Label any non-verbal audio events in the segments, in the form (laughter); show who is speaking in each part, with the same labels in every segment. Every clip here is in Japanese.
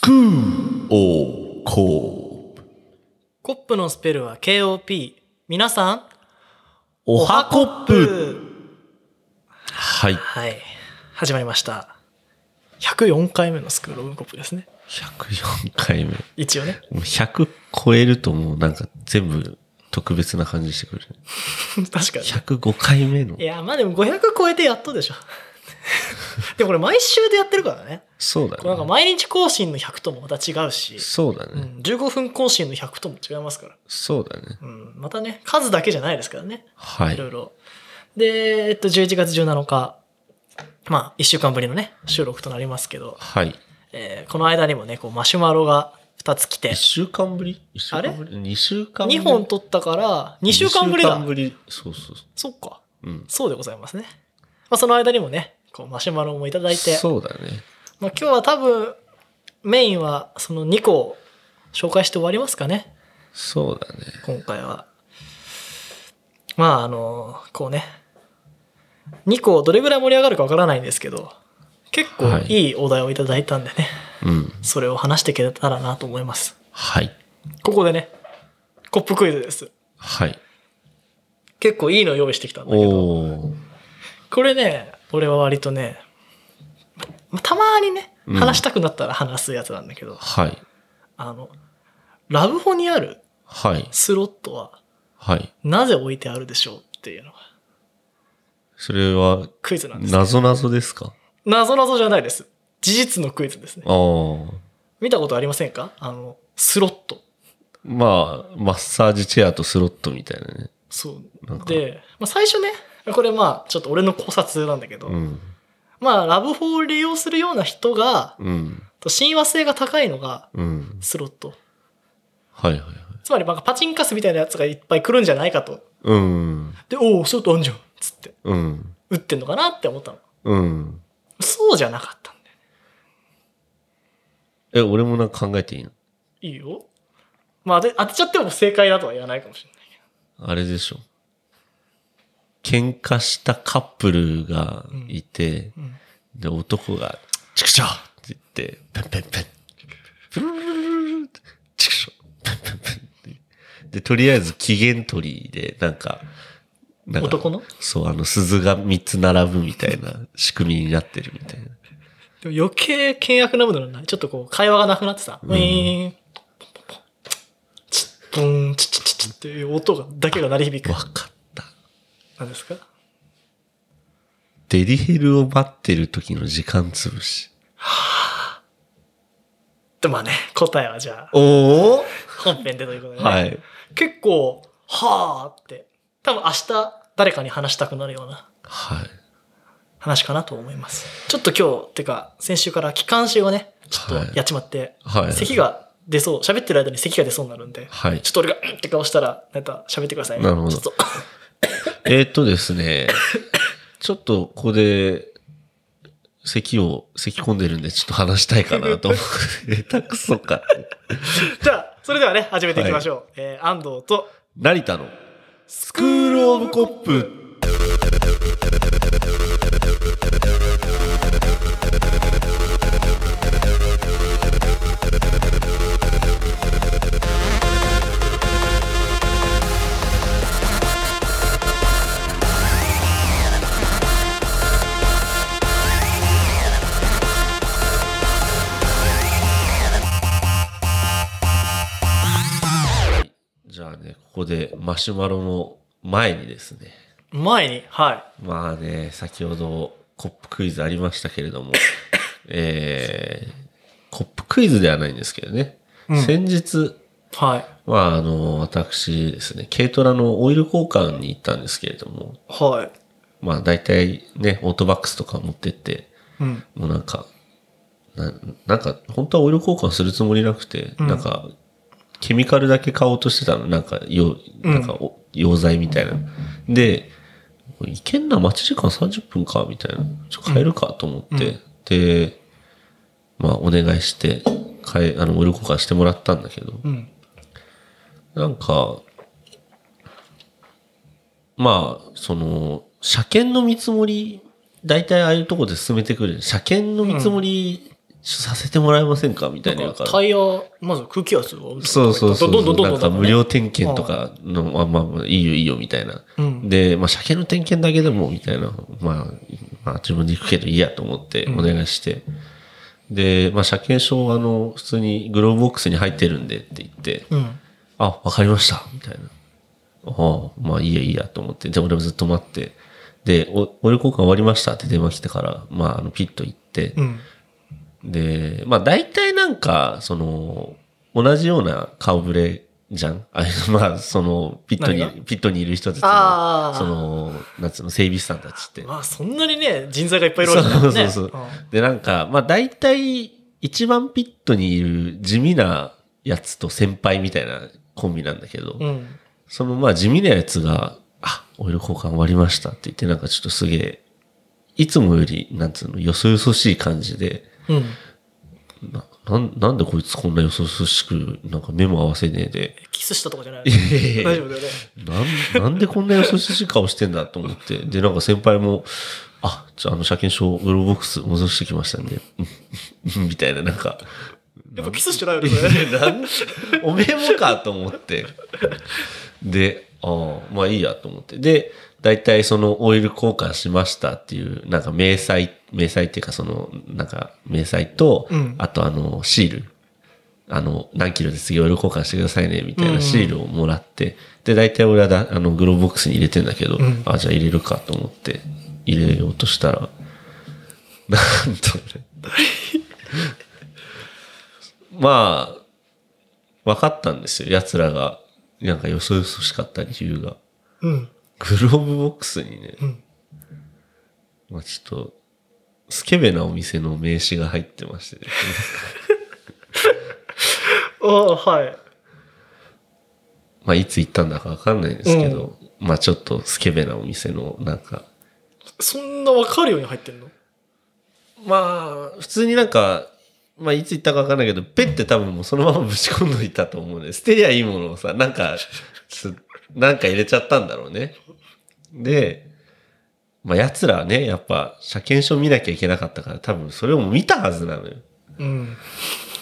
Speaker 1: クーオーコー
Speaker 2: コップのスペルは KOP。皆さん、
Speaker 1: おはコップはい。
Speaker 2: はい。始まりました。104回目のスクールオブコップですね。
Speaker 1: 104回目。も
Speaker 2: 一応ね。 (laughs)
Speaker 1: う100超えるともうなんか全部特別な感じしてくる。
Speaker 2: 確かに。
Speaker 1: 105回目の
Speaker 2: い。や、まあでも500超えてやっとでしょ。 (laughs) でもこれ毎週でやってるからね。
Speaker 1: そうだ
Speaker 2: これなんか
Speaker 1: ね。
Speaker 2: 毎日更新の100ともまた違うし、
Speaker 1: そうだ
Speaker 2: う
Speaker 1: ね。
Speaker 2: ん、15分更新の100とも違いますから。
Speaker 1: そうだね。
Speaker 2: うん、またね、数だけじゃないですからね。
Speaker 1: はい
Speaker 2: ろ
Speaker 1: い。
Speaker 2: いろ。で、えっと、11月17日、まあ、1週間ぶりのね、収録となりますけど、
Speaker 1: はい。
Speaker 2: えーこの間にもね、こう、マシュマロが2つ来て
Speaker 1: 1、週間ぶり ?1 週間ぶり ?2 週間ぶり
Speaker 2: 2本取ったから、2週間ぶ
Speaker 1: 二
Speaker 2: り
Speaker 1: 週
Speaker 2: だ
Speaker 1: 間。ぶり。そうそうそ
Speaker 2: そっか。
Speaker 1: う。うん。
Speaker 2: そうでございますね。まあ、その間にもね、こう、マシュマロもいただいて、
Speaker 1: そうだね。
Speaker 2: まあ、今日は多分、メインはその2個を紹介して終わりますかね。
Speaker 1: そうだね。
Speaker 2: 今回は。まあ、あの、こうね、2個どれぐらい盛り上がるかわからないんですけど、結構いいお題をいただいたんでね、
Speaker 1: うん。
Speaker 2: それを話していけたらなと思います。
Speaker 1: はい。
Speaker 2: ここでね、コップクイズです。
Speaker 1: はい。
Speaker 2: 結構いいの用意してきたんだけど、
Speaker 1: おー。
Speaker 2: これね、俺は割とね、またまにね、
Speaker 1: うん
Speaker 2: 話したくなったら話すやつなんだけど、
Speaker 1: はい。
Speaker 2: あの、ラブホにある
Speaker 1: はい。
Speaker 2: スロットは
Speaker 1: はい。
Speaker 2: なぜ置いてあるでしょうっていうのが
Speaker 1: それは、
Speaker 2: クイズなんですけど
Speaker 1: なぞなぞですか
Speaker 2: なぞなぞじゃないです。事実のクイズですね。
Speaker 1: ああ。
Speaker 2: 見たことありませんかあの、スロット。
Speaker 1: まあ、マッサージチェアとスロットみたいなね。
Speaker 2: そ
Speaker 1: なんか
Speaker 2: う。で、まあ、最初ね、これまあ、ちょっと俺の考察なんだけど、
Speaker 1: うん。
Speaker 2: まあ、ラブホを利用するような人が、
Speaker 1: うん。
Speaker 2: と親和性が高いのが
Speaker 1: うん。
Speaker 2: スロット。
Speaker 1: はいはいはい。
Speaker 2: つまり、なんかパチンカスみたいなやつがいっぱい来るんじゃないかと。
Speaker 1: うん。
Speaker 2: で、おお、スロットあんじゃんつって、
Speaker 1: うん。
Speaker 2: 打ってんのかなって思ったの。
Speaker 1: うん。
Speaker 2: そうじゃなかったんだよね。
Speaker 1: え、俺もなんか考えていいの
Speaker 2: いいよ。まあ、で当てちゃっても正解だとは言わないかもしれないけ
Speaker 1: あれでしょ。喧嘩したカップルがいて、
Speaker 2: ど。うん
Speaker 1: で、男が、チクショーって言って、ペンペンペン。ブルルルルルってチクショー、ペンペンペンって。で、とりあえず機嫌取りで、なんか、なんか
Speaker 2: 男の
Speaker 1: そう、あの、鈴が3つ並ぶみたいな仕組みになってるみたいな。
Speaker 2: でも余計険悪なものがない。ちょっとこう、会話がなくなってさ、ウィーン、ポンポンポンチッ、チッ、ブーン、チッチッチッチッっていう音が、だけが鳴り響く
Speaker 1: わ。かった。
Speaker 2: 何ですか
Speaker 1: デリヘルを待ってる時の時間潰し。
Speaker 2: で、まあね、答えはじゃあ、
Speaker 1: おお
Speaker 2: 本編でということでね。
Speaker 1: はい。
Speaker 2: 結構、はーって、多分明日、誰かに話したくなるような
Speaker 1: はい。
Speaker 2: 話かなと思います。ちょっと今日、てか、先週から気管支をね、ちょっとやっちまって、
Speaker 1: はい。
Speaker 2: 咳。が出そう、喋ってる間に咳が出そうになるんで、
Speaker 1: はい
Speaker 2: ちょ。っと俺が、うんって顔したら、なんか喋ってくださいね。
Speaker 1: なるほど
Speaker 2: ちょっと (laughs)
Speaker 1: えーっとです (coughs) ね、ちょっとここで、咳を、咳込んでるんで、ちょっと話したいかなと思 (laughs) う。下手くそか。
Speaker 2: じゃあ、それではね、始めていきましょう。えー安藤と、
Speaker 1: 成田の、
Speaker 2: ス
Speaker 1: スクールオブコップ。じゃあね、ここでマシュマロの前にですね、
Speaker 2: 前に、は
Speaker 1: まあね、先ほどコップクイズありましたけれ
Speaker 2: (laughs)
Speaker 1: ども、えー、コップクイズではないんですけどね、
Speaker 2: うん
Speaker 1: 先日、
Speaker 2: い、はい、
Speaker 1: まあ、あの、私ですね、軽トラのオイル交換に行ったんですけれども、
Speaker 2: はい。
Speaker 1: まあ、大体ね、オートバックスとか持ってって、
Speaker 2: うん。
Speaker 1: もうなんか、ななんか、本当はオイル交換するつもりなくて、
Speaker 2: うん
Speaker 1: なんか、ケミカルだけ買おうとしてたの、なんか、よ
Speaker 2: うん
Speaker 1: なんかお、溶剤みたいな。で、これいけんな、待ち時間30分か、みたいな。ちょ、買えるかと思って、
Speaker 2: うん
Speaker 1: で、まあ、お願いして、買え、あの、オイル交換してもらったんだけど、
Speaker 2: うん。
Speaker 1: なんか、まあ、その、車検の見積もり、大体ああいうとこで進めてくる。車検の見積もりさせてもらえませんかみたいな
Speaker 2: な
Speaker 1: 言う
Speaker 2: ん
Speaker 1: か
Speaker 2: からタイヤ、まず空気圧が。
Speaker 1: そうそうそう。
Speaker 2: どんどんどんどん
Speaker 1: なん
Speaker 2: ど
Speaker 1: か
Speaker 2: んどん
Speaker 1: 無料点検とかの、まあまあまあ、いいよいいよみたいな。
Speaker 2: うん
Speaker 1: で、まあ車検の点検だけでも、みたいな。まあ、まあ自分で行くけどいいやと思ってお願いして。で、まあ車検証はあの、普通にグローブボックスに入ってるんでって言って、
Speaker 2: うん。
Speaker 1: あ、わかりました、みたいな。ああ、まあいいやいいやと思って、で、俺もずっと待って、で、おオイル交換終わりましたって電話来てから、まあ、あの、ピッと行って、
Speaker 2: うん。
Speaker 1: で、まあ大体なんか、その、同じような顔ぶれじゃんあ (laughs) まあ、その、ピット
Speaker 2: 何
Speaker 1: に、ピットにいる人たち
Speaker 2: あ
Speaker 1: の、
Speaker 2: ー
Speaker 1: その、なんつうの、整備士さんたちって。
Speaker 2: まあ、そんなにね、人材がいっぱいいるわけだもんね。
Speaker 1: そうそうそうで、なんか、まあ大体、一番ピットにいる地味なやつと先輩みたいなコンビなんだけど、
Speaker 2: うん。うん
Speaker 1: そのまあ地味なやつが、あ、オイル交換終わりましたって言って、なんかちょっとすげえ、いつもより、なんつうの、よそよそしい感じで、
Speaker 2: うん。
Speaker 1: ななんなんでこいつこんなよそよそしく、なんか目も合わせねえで、
Speaker 2: キスしたとかじゃない
Speaker 1: いや
Speaker 2: 大丈夫だよね。
Speaker 1: なんなんでこんなよそよそしい顔してんだと思って、で、なんか先輩も、あ、じゃああの車検証、ウロボックス戻してきましたんで、うんみたいな、なんか、
Speaker 2: やっぱキスしてないよね、それ
Speaker 1: (laughs) なんおめえもかと思って。で、ああ、まあいいやと思って。で、大体そのオイル交換しましたっていう、なんか明細、明細っていうかその、なんか明細と、
Speaker 2: うん
Speaker 1: あとあの、シール。あの、何キロで次オイル交換してくださいね、みたい
Speaker 2: うん
Speaker 1: なシールをもらって、で、大体俺はだあの、グローブボックスに入れてんだけど、
Speaker 2: ん
Speaker 1: あ、じゃあ入れるかと思って、入れようとしたら、なんとね。まあ、分かったんですよ。奴らが、なんかよそよそしかった理由が。
Speaker 2: うん。
Speaker 1: グローブボックスにね、
Speaker 2: ん
Speaker 1: まあちょっと、スケベなお店の名刺が入ってましてですね、
Speaker 2: ああ、はい。
Speaker 1: まあいつ行ったんだか分かんないんですけど、まあちょっとスケベなお店の、なんか、
Speaker 2: そんなわかるように入ってんの
Speaker 1: まあ、普通になんか、まあ、いつ行ったか分かんないけど、ペって多分もうそのままぶち込んどいたと思うね。捨てりゃいいものをさ、なんか、ちょっとなんか入れちゃったんだろうね。で、まあ、奴らはね、やっぱ、車検証見なきゃいけなかったから、多分それをもう見たはずなのよ。
Speaker 2: うん。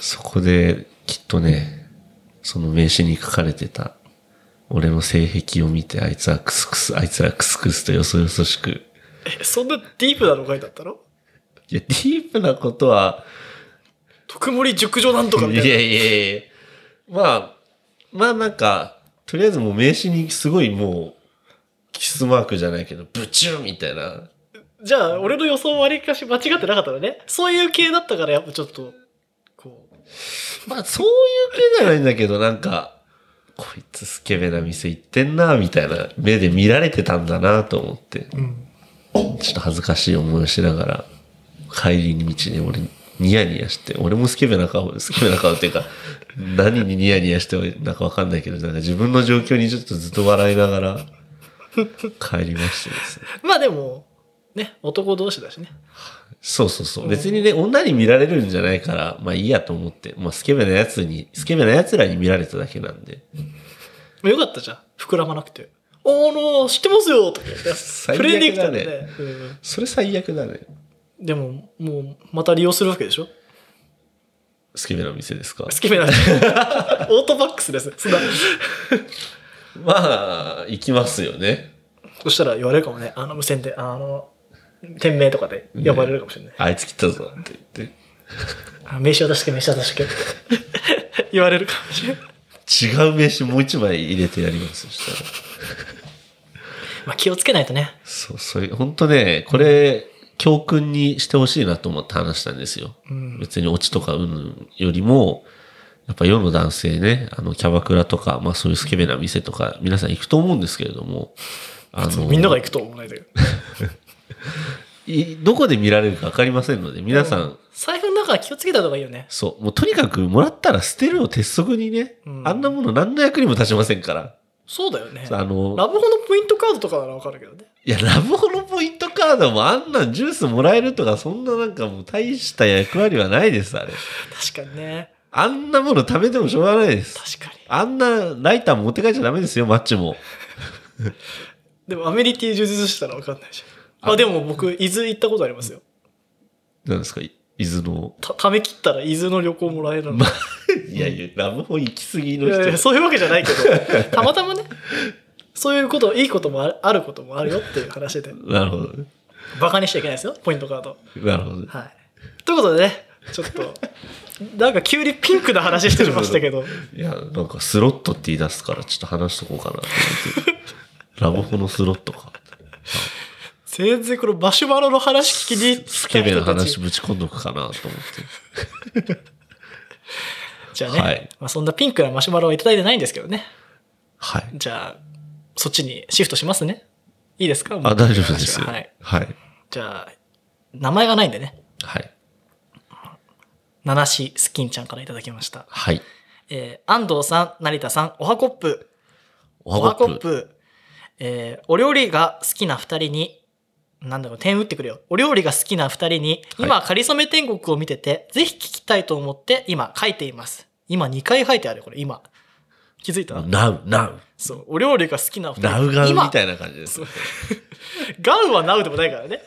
Speaker 1: そこで、きっとね、その名刺に書かれてた、俺の性癖を見て、あいつはクスクス、あいつらクスクスとよそよそしく、
Speaker 2: え、そんなディープなの書いてあったの
Speaker 1: いや、ディープなことは、
Speaker 2: 特盛熟女なんとかみたい
Speaker 1: い
Speaker 2: な。
Speaker 1: やいやいやまあ、まあなんか、とりあえずもう名刺にすごいもう、キスマークじゃないけど、ブチューみたいな。
Speaker 2: じゃあ、俺の予想割りかし間違ってなかったのね。そういう系だったから、やっぱちょっと、こう。
Speaker 1: まあそういう系じゃないんだけど、なんか、こいつスケベな店行ってんな、みたいな目で見られてたんだなと思って、
Speaker 2: うん。
Speaker 1: ちょっと恥ずかしい思いをしながら、帰り道に俺、ニヤニヤして、俺もスケベな顔、スケベな顔っていうか、何にニヤニヤしてなんかわかんないけど、なんか自分の状況にちょっとずっと笑いながら、帰りましてですね。
Speaker 2: まあでも、ね、男同士だしね。
Speaker 1: そうそうそう。別にね、女に見られるんじゃないから、まあいいやと思って、まあスケベなやつに、スケベなやつらに見られただけなんで。
Speaker 2: まあよかったじゃん。膨らまなくて。あの、知ってますよとか言って。
Speaker 1: 最
Speaker 2: プレイで
Speaker 1: 悪
Speaker 2: きた
Speaker 1: だ
Speaker 2: ん
Speaker 1: ね。
Speaker 2: で、ねうん
Speaker 1: それ最悪だね。
Speaker 2: でも、もう、また利用するわけでしょ
Speaker 1: スケベな店ですか
Speaker 2: ス
Speaker 1: (laughs)
Speaker 2: ケベなんで。オートバックスです。そんな。
Speaker 1: まあ、行きますよね。
Speaker 2: そしたら言われるかもね。あの無線で、あの、店名とかで呼ばれるかもしれない。
Speaker 1: あいつ来たぞって言って。
Speaker 2: あ名刺を出して、名刺を出して。 (laughs) 言われるかもしれない。
Speaker 1: 違う名刺もう一枚入れてやりますそしたら
Speaker 2: (laughs) まあ気をつけないとね。
Speaker 1: そうそういう本当ねこれ教訓にしてほしいなと思って話したんですよ、
Speaker 2: うん
Speaker 1: 別にオチとかうんよりもやっぱ世の男性ねあのキャバクラとか、まあ、そういうスケベな店とか皆さん行くと思うんですけれどもあの
Speaker 2: みんなが行くとは思わないんだけど。
Speaker 1: いどこで見られるか分かりませんので皆さん、
Speaker 2: 財布の中は気をつけた方がいいよね。
Speaker 1: そうもうとにかくもらったら捨てるを鉄則にね、
Speaker 2: うん
Speaker 1: あんなもの何の役にも立ちませんから
Speaker 2: そうだよね。
Speaker 1: あ
Speaker 2: ラ
Speaker 1: の
Speaker 2: ブホのポイントカードとかならわかるけどね。
Speaker 1: いや、ラブホのポイントカードもあんなんジュースもらえるとか、そんななんかもう大した役割はないです、あれ。
Speaker 2: 確かにね。
Speaker 1: あんなもの食べてもしょうがないです。
Speaker 2: 確かに。
Speaker 1: あんなライターも持って帰っちゃダメですよ、マッチも。
Speaker 2: でもアメニティ充実したらわかんないじゃん。あ、
Speaker 1: あ
Speaker 2: でも僕、伊豆行ったことありますよ。
Speaker 1: なんですかい伊豆の。 (laughs)
Speaker 2: たため切ったら伊豆の旅行もらえるの、
Speaker 1: まあ、いやいや、ラブホ行き過ぎの
Speaker 2: いやいや
Speaker 1: 人。
Speaker 2: そういうわけじゃない
Speaker 1: (laughs)
Speaker 2: けどたまたまねそういうこといいこともあるあることもあるよっていう話で
Speaker 1: なるほどね。
Speaker 2: バカにしちゃいけないですよポイントカード
Speaker 1: なるほどね。
Speaker 2: はいということでねちょっとなんか急にピンクな話してましたけど
Speaker 1: いや、なんかスロットって言い出すから、ちょっと話しとこうかなと思
Speaker 2: (laughs)
Speaker 1: って。ラブホのスロットか。
Speaker 2: 全然このマシュマロの話聞きに
Speaker 1: スケベな話
Speaker 2: 来た人たち
Speaker 1: ぶち込んどくかなと思って。
Speaker 2: じゃあね、
Speaker 1: はい
Speaker 2: まあ、そんなピンクなマシュマロはいただいてないんですけどね
Speaker 1: はい。
Speaker 2: じゃあそっちにシフトしますねいいですかもう
Speaker 1: あ、大丈夫ですよ。
Speaker 2: は
Speaker 1: はいい。、はい。
Speaker 2: じゃあ名前がないんでね
Speaker 1: はい。
Speaker 2: ナナシスキンちゃんからいただきました
Speaker 1: はい。
Speaker 2: えー安藤さん、成田さん、おはこっぷ。
Speaker 1: おはごっぷ。
Speaker 2: ぷ。えーお料理が好きな二人に、なんだろう、点打ってくれよ。お料理が好きな二人に、
Speaker 1: はい
Speaker 2: 今、かりそめ天国を見てて、ぜひ聞きたいと思って、今、書いています。今、2回書いてある、これ、今。気づいた
Speaker 1: ナウ、ナウ。
Speaker 2: そう。お料理が好きな二人。
Speaker 1: ナウガウみ
Speaker 2: 今
Speaker 1: たいな感じですね。
Speaker 2: ガウはナウでもないからね。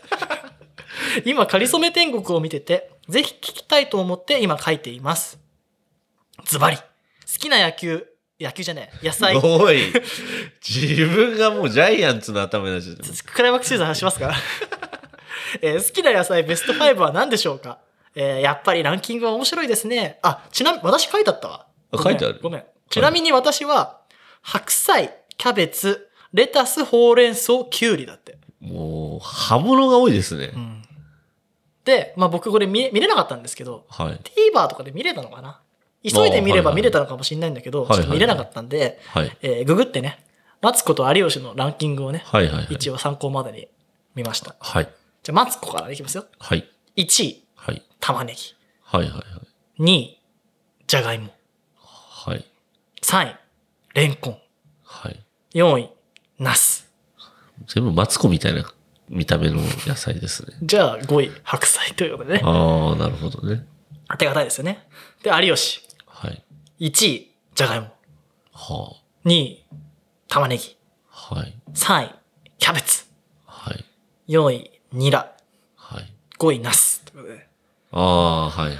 Speaker 2: (laughs) 今、かりそめ天国を見てて、ぜひ聞きたいと思って今書いています。ズバリ。好きな野球、野球じゃねえ、野菜。
Speaker 1: おい。自分がもうジャイアンツの頭になっちゃってる。
Speaker 2: クライマックスシーズン話しますか、 (laughs) えー好きな野菜ベスト5は何でしょうか、えーやっぱりランキングは面白いですね。あ、ちなみ、私書いてあったわ。
Speaker 1: あ書いてある
Speaker 2: ごめん。ごめんちなみに私は、白菜、キャベツ、レタス、ほうれん草、きゅうりだって。
Speaker 1: もう、刃物が多いですね。
Speaker 2: うんで、まあ僕これ見見れなかったんですけど、
Speaker 1: はい。
Speaker 2: TVer とかで見れたのかな急いで見れば見れたのかもしれないんだけど、
Speaker 1: はいはい
Speaker 2: ちょっと見れなかったんで、
Speaker 1: はい。
Speaker 2: えーググってね、マツコと有吉のランキングをね、
Speaker 1: はいはいはい。
Speaker 2: 一応参考までに見ました。
Speaker 1: はい。
Speaker 2: じゃあ、マツコからいきますよ。
Speaker 1: はい。
Speaker 2: 1位、
Speaker 1: はい。
Speaker 2: 玉ね
Speaker 1: はいはいはい。
Speaker 2: ぎ。2位、じゃがいも。
Speaker 1: はい。
Speaker 2: 3位、レンコン。
Speaker 1: はい。
Speaker 2: 4位、ナス。
Speaker 1: 全部マツコみたいな見た目の野菜ですね。
Speaker 2: じゃあ、5位、白菜ということでね。
Speaker 1: ああ、なるほどね。
Speaker 2: 当てがたいですよね。で、有吉。
Speaker 1: はい。
Speaker 2: 1位、じゃがいも。
Speaker 1: は
Speaker 2: 2位、玉ねぎ。
Speaker 1: あ。はい。
Speaker 2: 3位、キャベツ。
Speaker 1: はい。
Speaker 2: 4位、ニラ。
Speaker 1: はい。
Speaker 2: 5位、ナス。ということで
Speaker 1: ああ、はいはい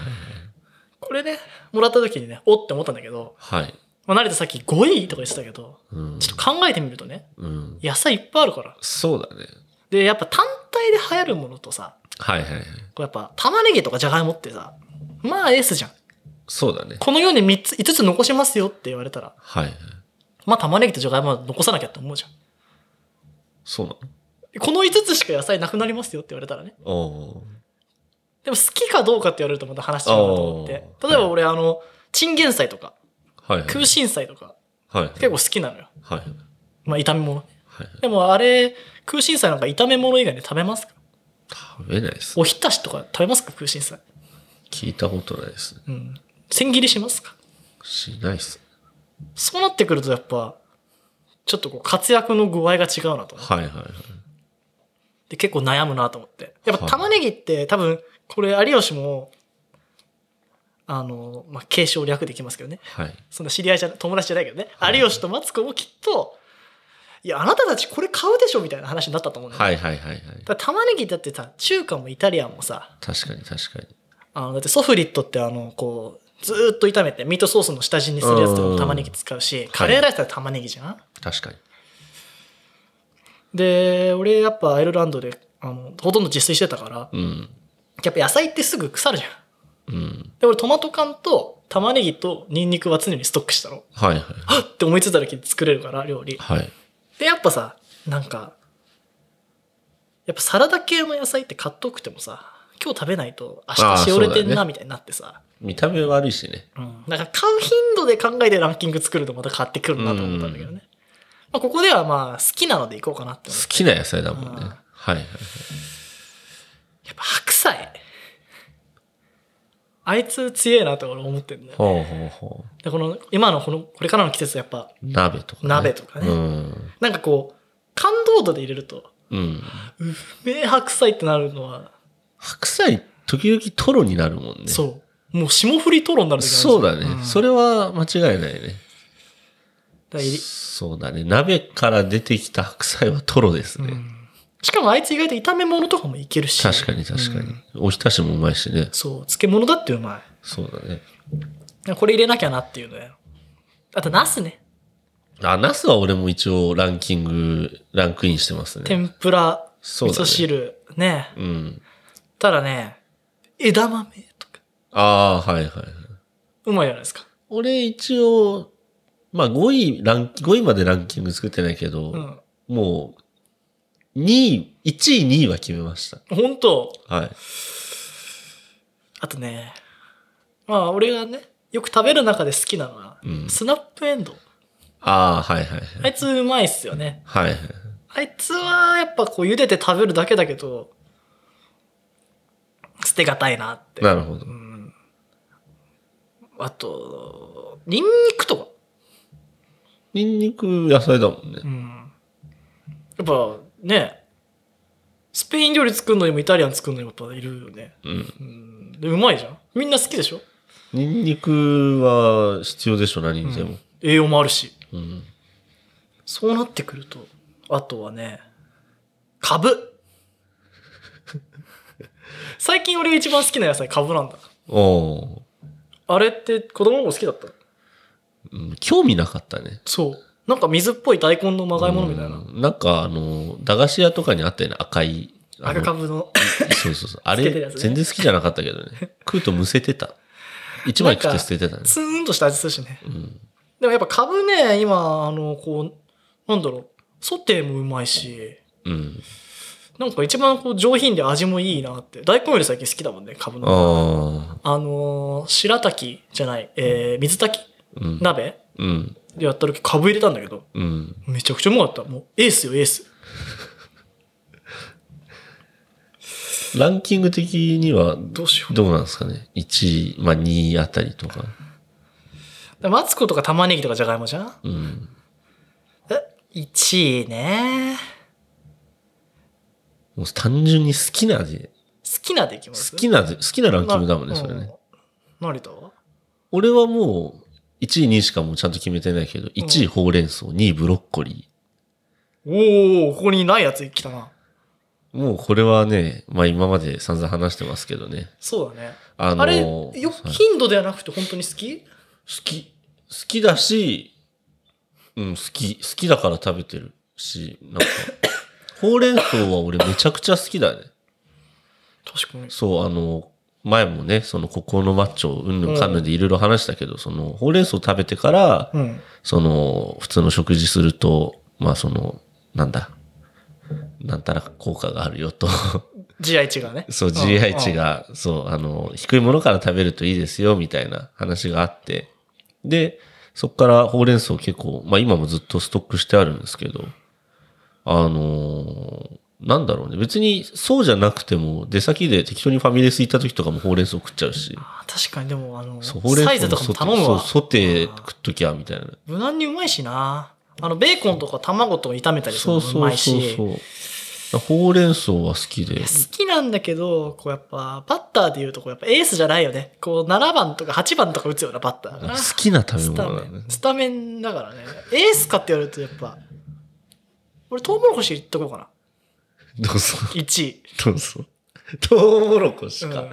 Speaker 2: これね、もらった時にね、おって思ったんだけど、
Speaker 1: はい。はい。
Speaker 2: まあ、慣れてさっき5位とか言ってたけど、
Speaker 1: うん。
Speaker 2: ちょっと考えてみるとね、
Speaker 1: うん。
Speaker 2: 野菜いっぱいあるから。
Speaker 1: そうだね。
Speaker 2: で、やっぱ単体で流行るものとさ、
Speaker 1: はいはいはい。
Speaker 2: こうやっぱ玉ねぎとかじゃがいもってさまあエースじゃん
Speaker 1: そうだね。
Speaker 2: このように3つ5つ残しますよって言われたら
Speaker 1: はいはい。
Speaker 2: まあ玉ねぎとじゃがいもは残さなきゃって思うじゃん
Speaker 1: そうな
Speaker 2: この5つしか野菜なくなりますよって言われたらね
Speaker 1: のお
Speaker 2: でも好きかどうかって言われるとまた話違うなと思って
Speaker 1: あー
Speaker 2: 例えば俺あのチンゲン菜とか
Speaker 1: ーはいはい。
Speaker 2: 空心菜とか
Speaker 1: はい。
Speaker 2: 結構好きなのよ
Speaker 1: はい。
Speaker 2: まあ炒め物
Speaker 1: はい。
Speaker 2: でもあれ空心菜なんか炒め物以外で食べますか
Speaker 1: 食べないです。
Speaker 2: おひたしとか食べますか空心菜
Speaker 1: 聞いたことないですね。
Speaker 2: うん千切りしますか
Speaker 1: しないです。
Speaker 2: そうなってくるとやっぱちょっとこう活躍の具合が違うなと思って
Speaker 1: はいはいはい。
Speaker 2: で結構悩むなと思って。やっぱ
Speaker 1: はい
Speaker 2: 玉ねぎって多分、これ有吉も、あの、まあ、継承略できますけどね。
Speaker 1: はい。
Speaker 2: そんな知り合いじゃ、友達じゃないけどね。
Speaker 1: はい
Speaker 2: 有吉とマツコもきっと、いや、あなたたちこれ買うでしょみたいな話になったと思うんだよ、
Speaker 1: は
Speaker 2: ね。
Speaker 1: いはいはいはい。
Speaker 2: だから玉ねぎだってさ、中華もイタリアンもさ、
Speaker 1: 確かに確かに。
Speaker 2: あの、だってソフリットってあの、こう、ずーっと炒めてミートソースの下地にするやつとかも玉ねぎ使うし、カレーライスだって玉ねぎじゃん、
Speaker 1: 確かに。
Speaker 2: で、俺やっぱアイルランドで、あの、ほとんど自炊してたから、
Speaker 1: うん。
Speaker 2: やっぱ野菜ってすぐ腐るじゃん。
Speaker 1: うん。
Speaker 2: で、俺トマト缶と玉ねぎとニンニクは常にストックしたの。
Speaker 1: はいはい。
Speaker 2: はっって思いついた時に作れるから、料理。
Speaker 1: はい。
Speaker 2: で、やっぱさ、なんか、やっぱサラダ系の野菜って買っとくてもさ、今日食べないと明
Speaker 1: ああ
Speaker 2: 日しおれてん
Speaker 1: そうだ
Speaker 2: な
Speaker 1: ね
Speaker 2: みたいになってさ、
Speaker 1: 見た目悪いしね。
Speaker 2: うん。なんか買う頻度で考えてランキング作るとまた変わってくるなと思ったんだけどね。まあ、ここではまあ好きなのでいこうかなって
Speaker 1: 好
Speaker 2: 思う。
Speaker 1: きな野菜だもんね。
Speaker 2: うん
Speaker 1: はいはいはい。
Speaker 2: やっぱ白菜。あいつ強えなって俺思ってんだよ。
Speaker 1: ほうほうほう。
Speaker 2: でこの、今のこの、これからの季節やっぱ
Speaker 1: 鍋とか、
Speaker 2: 鍋とかね
Speaker 1: うん。
Speaker 2: なんかこう、感動度で入れると、
Speaker 1: うん。
Speaker 2: 明白菜ってなるのは、
Speaker 1: 白菜、時々トロになるもんね。
Speaker 2: そう。もう霜降りトロになる時ある
Speaker 1: そうだね、そ
Speaker 2: れ。
Speaker 1: れは間違いないね。
Speaker 2: だから入り
Speaker 1: そうだね。鍋から出てきた白菜はトロです
Speaker 2: う
Speaker 1: ね。
Speaker 2: んしかもあいつ意外と炒め物とかもいけるし。
Speaker 1: 確かに確かに。
Speaker 2: うん
Speaker 1: おひたしもうまいしね。
Speaker 2: そう、漬物だってうま
Speaker 1: そうだね。
Speaker 2: い。これ入れなきゃなっていうのよ。あと、ナスね。
Speaker 1: あ、ナスは俺も一応ランキング、ランクインしてますね。
Speaker 2: 天ぷら、
Speaker 1: そう
Speaker 2: 味
Speaker 1: だね
Speaker 2: 噌汁。ね
Speaker 1: うん。
Speaker 2: ただね、枝豆とか。
Speaker 1: ああ、はいはいはい。
Speaker 2: うまいじゃないですか。
Speaker 1: 俺一応、まあ5位、ラン、5位までランキング作ってないけど、
Speaker 2: うん。
Speaker 1: もう、2位、1位、2位は決めました。
Speaker 2: 本当
Speaker 1: はい。
Speaker 2: あとね、まあ、俺がね、よく食べる中で好きなのは、
Speaker 1: うん
Speaker 2: スナップエンドウ。
Speaker 1: ああ、はいはいはい。
Speaker 2: あいつうまいっすよね。
Speaker 1: はいはい。
Speaker 2: あいつはやっぱこう茹でて食べるだけだけど、捨てがたいなって。
Speaker 1: なるほど
Speaker 2: う。ん。あと、ニンニクとか。
Speaker 1: ニンニク野菜だもんね
Speaker 2: う。ん。やっぱね、スペイン料理作るのにもイタリアン作るのにもやっぱいるよね。
Speaker 1: うん。
Speaker 2: うん。で、うまいじゃん。みんな好きでしょ
Speaker 1: ニンニクは必要でしょ、何にでも。
Speaker 2: 栄養もあるし。
Speaker 1: うん。
Speaker 2: そうなってくると、あとはね、
Speaker 1: (laughs)
Speaker 2: 株。最近俺が一番好きな野菜、株なんだ。
Speaker 1: おー
Speaker 2: あれって子供も好きだった
Speaker 1: うん興味なかったね。
Speaker 2: そう。なんか水っぽい大根のまがいものみたいな。
Speaker 1: うん。なんか、あの、駄菓子屋とかにあったよね、赤い。あの
Speaker 2: 赤株の。
Speaker 1: (laughs) そうそうそう。あ
Speaker 2: けてる
Speaker 1: れ、
Speaker 2: やつね
Speaker 1: 全然好きじゃなかったけどね。 (laughs) 食うとむせてた。一枚食って捨ててたね。
Speaker 2: (laughs) ツーンとした味するしね。
Speaker 1: うん。
Speaker 2: でもやっぱ株ね、今、あの、こう、なんだろう、ソテーもうまいし、
Speaker 1: うん。
Speaker 2: なんか一番こう上品で味もいいなって。大根より最近好きだもんね、株の。
Speaker 1: ああ。
Speaker 2: あのー、白滝じゃない、えー、水炊き
Speaker 1: うん。
Speaker 2: 鍋
Speaker 1: うん。
Speaker 2: でやった時株入れたんだけど、
Speaker 1: うん。
Speaker 2: めちゃくちゃうまかった。もうエースよ、エース。
Speaker 1: ランキング的には、
Speaker 2: どうしよう。
Speaker 1: どうなんですかね。1位、まあ2位あたりとか。
Speaker 2: でマツコとか玉ねぎとかじゃがいもじゃん
Speaker 1: うん。
Speaker 2: え、1位ね。
Speaker 1: もう単純に好きな味。
Speaker 2: 好きなでいきます
Speaker 1: 好きな味、好きなランキングだもんね、
Speaker 2: な
Speaker 1: それね。
Speaker 2: うん成田は
Speaker 1: 俺はもう、1位、2位しかもうちゃんと決めてないけど、1位ほうれん草、2位ブロッコリ
Speaker 2: おおここにないやつ来たな。
Speaker 1: ー。もうこれはね、まあ今まで散々話してますけどね。
Speaker 2: そうだね。
Speaker 1: あの
Speaker 2: あれ、
Speaker 1: ー
Speaker 2: よ、
Speaker 1: はい
Speaker 2: 頻度ではなくて本当に好き
Speaker 1: 好き。好きだし、うん、好き。好きだから食べてるし、なんか、ほうれん草は俺めちゃくちゃ好きだね。
Speaker 2: 確かに。
Speaker 1: そう、あの、前もね、その、ここのマッチョ、うんぬんかんぬんでいろいろ話したけど、その、ほうれん草食べてから、
Speaker 2: うん。
Speaker 1: その、普通の食事すると、まあその、なんだ、なんたら効果があるよと。
Speaker 2: GI 値がね。
Speaker 1: そう、
Speaker 2: ん
Speaker 1: GI 値。が、そう、あの、低いものから食べるといいですよ、みたいな話があって。で、そこからほうれん草結構、まあ今もずっとストックしてあるんですけど、あのーなんだろうね。別にそうじゃなくても、出先で適当にファミレス行った時とかもほうれん草食っちゃうし
Speaker 2: うん、あー確かに、でも、あの、
Speaker 1: そうほうれん
Speaker 2: サイ
Speaker 1: 草
Speaker 2: ズ
Speaker 1: の
Speaker 2: とか
Speaker 1: ソ
Speaker 2: も
Speaker 1: テ
Speaker 2: 頼
Speaker 1: ー
Speaker 2: む
Speaker 1: そう
Speaker 2: わ。
Speaker 1: ソテー食っときゃ、みたいな。
Speaker 2: 無難にうまいしな。あの、ベーコンとか卵と炒めたりす
Speaker 1: そ
Speaker 2: るの
Speaker 1: う
Speaker 2: もう
Speaker 1: そ
Speaker 2: ま
Speaker 1: う
Speaker 2: い
Speaker 1: そう
Speaker 2: し。
Speaker 1: そう。ほうれん草は好きで。
Speaker 2: 好きなんだけど、こうやっぱ、バッターで言うと、こうやっぱエースじゃないよね。こう、7番とか8番とか打つようなバッターが。
Speaker 1: 好きな食
Speaker 2: ス
Speaker 1: べ
Speaker 2: タ
Speaker 1: 物な
Speaker 2: メ
Speaker 1: んだ
Speaker 2: ン
Speaker 1: ね。
Speaker 2: スタメンだからねエースかって言われるとやっぱ俺トウモロコシいっとこうかな
Speaker 1: どうぞ。
Speaker 2: 1位、
Speaker 1: どうぞ。トウモロコシ
Speaker 2: うん
Speaker 1: か。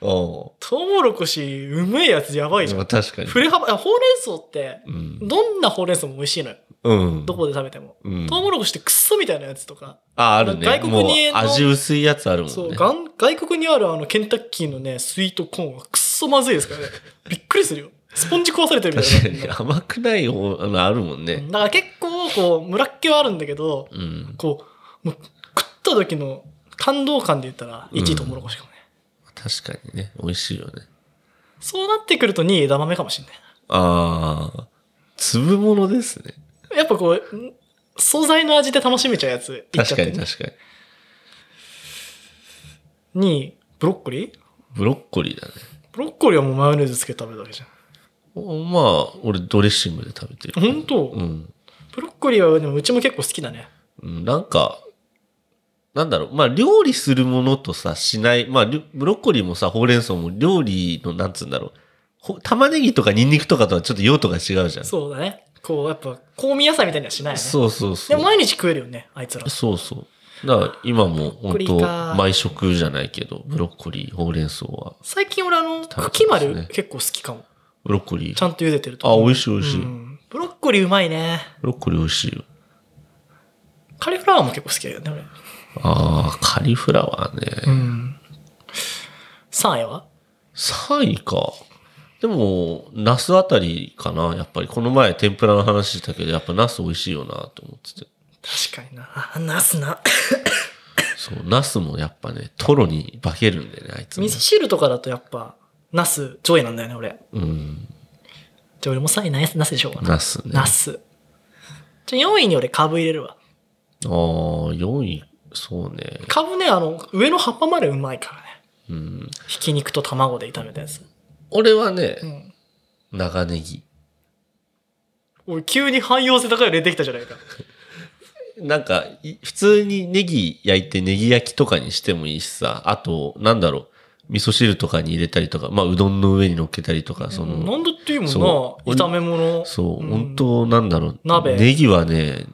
Speaker 1: お
Speaker 2: トウモロコシうめえやつやば
Speaker 1: う
Speaker 2: いじゃん
Speaker 1: まあ確かに。
Speaker 2: 触れ幅あほうれん草って
Speaker 1: うん。
Speaker 2: どんなほうれん草も美味しいのよ
Speaker 1: うん。
Speaker 2: どこで食べても、
Speaker 1: うん
Speaker 2: トウモロコシってクッソみたいなやつとか、
Speaker 1: あ、あるね。
Speaker 2: 外国に
Speaker 1: もう味薄いやつあるもんね。
Speaker 2: そうがん外国にあるあのケンタッキーのねスイートコーンはクッソまずいですからねびっくりするよスポンジ壊されてるみたい
Speaker 1: 確
Speaker 2: な
Speaker 1: かに甘くない方あのあるもん
Speaker 2: うん
Speaker 1: ね。
Speaker 2: だから結構こう村っ気はあるんだけど、
Speaker 1: うん。
Speaker 2: こう、もう食った時の感動感で言ったら1位トウモロコシかもね。
Speaker 1: 確かにね。美味しいよね。
Speaker 2: そうなってくると2位枝豆かもしれない
Speaker 1: ああ、粒物ですね。
Speaker 2: な。やっぱこう、ん素材の味で楽しめちゃうやついっちゃ
Speaker 1: 確か
Speaker 2: って、
Speaker 1: に
Speaker 2: ね。
Speaker 1: 確かに。
Speaker 2: 2位、ブロッコリー
Speaker 1: ブロッコリーだね。
Speaker 2: ブロッコリーはもうマヨネーズつけて食べるだけじゃ
Speaker 1: おまあ、俺ドレッシングで食べて
Speaker 2: ん。
Speaker 1: る。
Speaker 2: 本当、
Speaker 1: うん。
Speaker 2: ブロッコリーはでもうちも結構好きだね。
Speaker 1: うんなんか、なんだろう、まあ料理するものとさ、しない、まありょブロッコリーもさ、ほうれん草も料理の、なんつうんだろう、ほ玉ねぎとかニンニクとかとはちょっと用途が違うじゃん。そ
Speaker 2: そうだね。こう、やっぱ香味野菜みたいにはしないうよね。
Speaker 1: そうそう
Speaker 2: でも毎日食えるよね、あいつら
Speaker 1: そう。。そうだから今も
Speaker 2: ブロッコ
Speaker 1: 本
Speaker 2: リ
Speaker 1: 当
Speaker 2: ーか
Speaker 1: 毎食じゃないけど、ブロッコリー、ほうれん草は、
Speaker 2: 最近俺あの、
Speaker 1: 高いですね
Speaker 2: 茎丸結構好きかも。
Speaker 1: ブロッコリ
Speaker 2: ち
Speaker 1: ー。
Speaker 2: ゃんと茹でてると。
Speaker 1: あ、美味しい美味しい。
Speaker 2: うんブロッコリーうまいね。
Speaker 1: ブロッコリー美味しいよ。
Speaker 2: カリフラワーも結構好きだよね、俺。
Speaker 1: ああ、カリフラワーね。
Speaker 2: うん。3位は
Speaker 1: 3位か。でも、ナスあたりかな、やっぱり。この前天ぷらの話したけど、やっぱナス美味しいよなと思ってて。
Speaker 2: 確かにな。あナスな。
Speaker 1: そう、ナスもやっぱね、トロに化けるんだよね、あいつも
Speaker 2: 味噌汁とかだとやっぱ、ナス上位なんだよね、俺。
Speaker 1: うん。
Speaker 2: じゃあ俺も3位ナスナスでしょうかな。
Speaker 1: ナスね。
Speaker 2: ナス。じゃあ4位に俺カブ入れるわ。
Speaker 1: ああ、4位、そうね。
Speaker 2: カブね、あの、上の葉っぱまでうまいからね。
Speaker 1: うん。
Speaker 2: ひき肉と卵で炒めたやつ。
Speaker 1: 俺はね
Speaker 2: う、ん。
Speaker 1: 長ネギ。
Speaker 2: おい、急に汎用性高いの出てきたじゃないか。
Speaker 1: なんか、い普通にネギ焼いてネギ焼きとかにしてもいいしさ、あと、なんだろう、味噌汁とかに入れたりとか、まあ、うどんの上に乗っけたりとか、そ
Speaker 2: うんな
Speaker 1: の、
Speaker 2: んだっていうもん
Speaker 1: そ
Speaker 2: な
Speaker 1: う
Speaker 2: 炒め物
Speaker 1: そう、
Speaker 2: ん
Speaker 1: 本当なんだろう、
Speaker 2: 鍋
Speaker 1: ネギはね、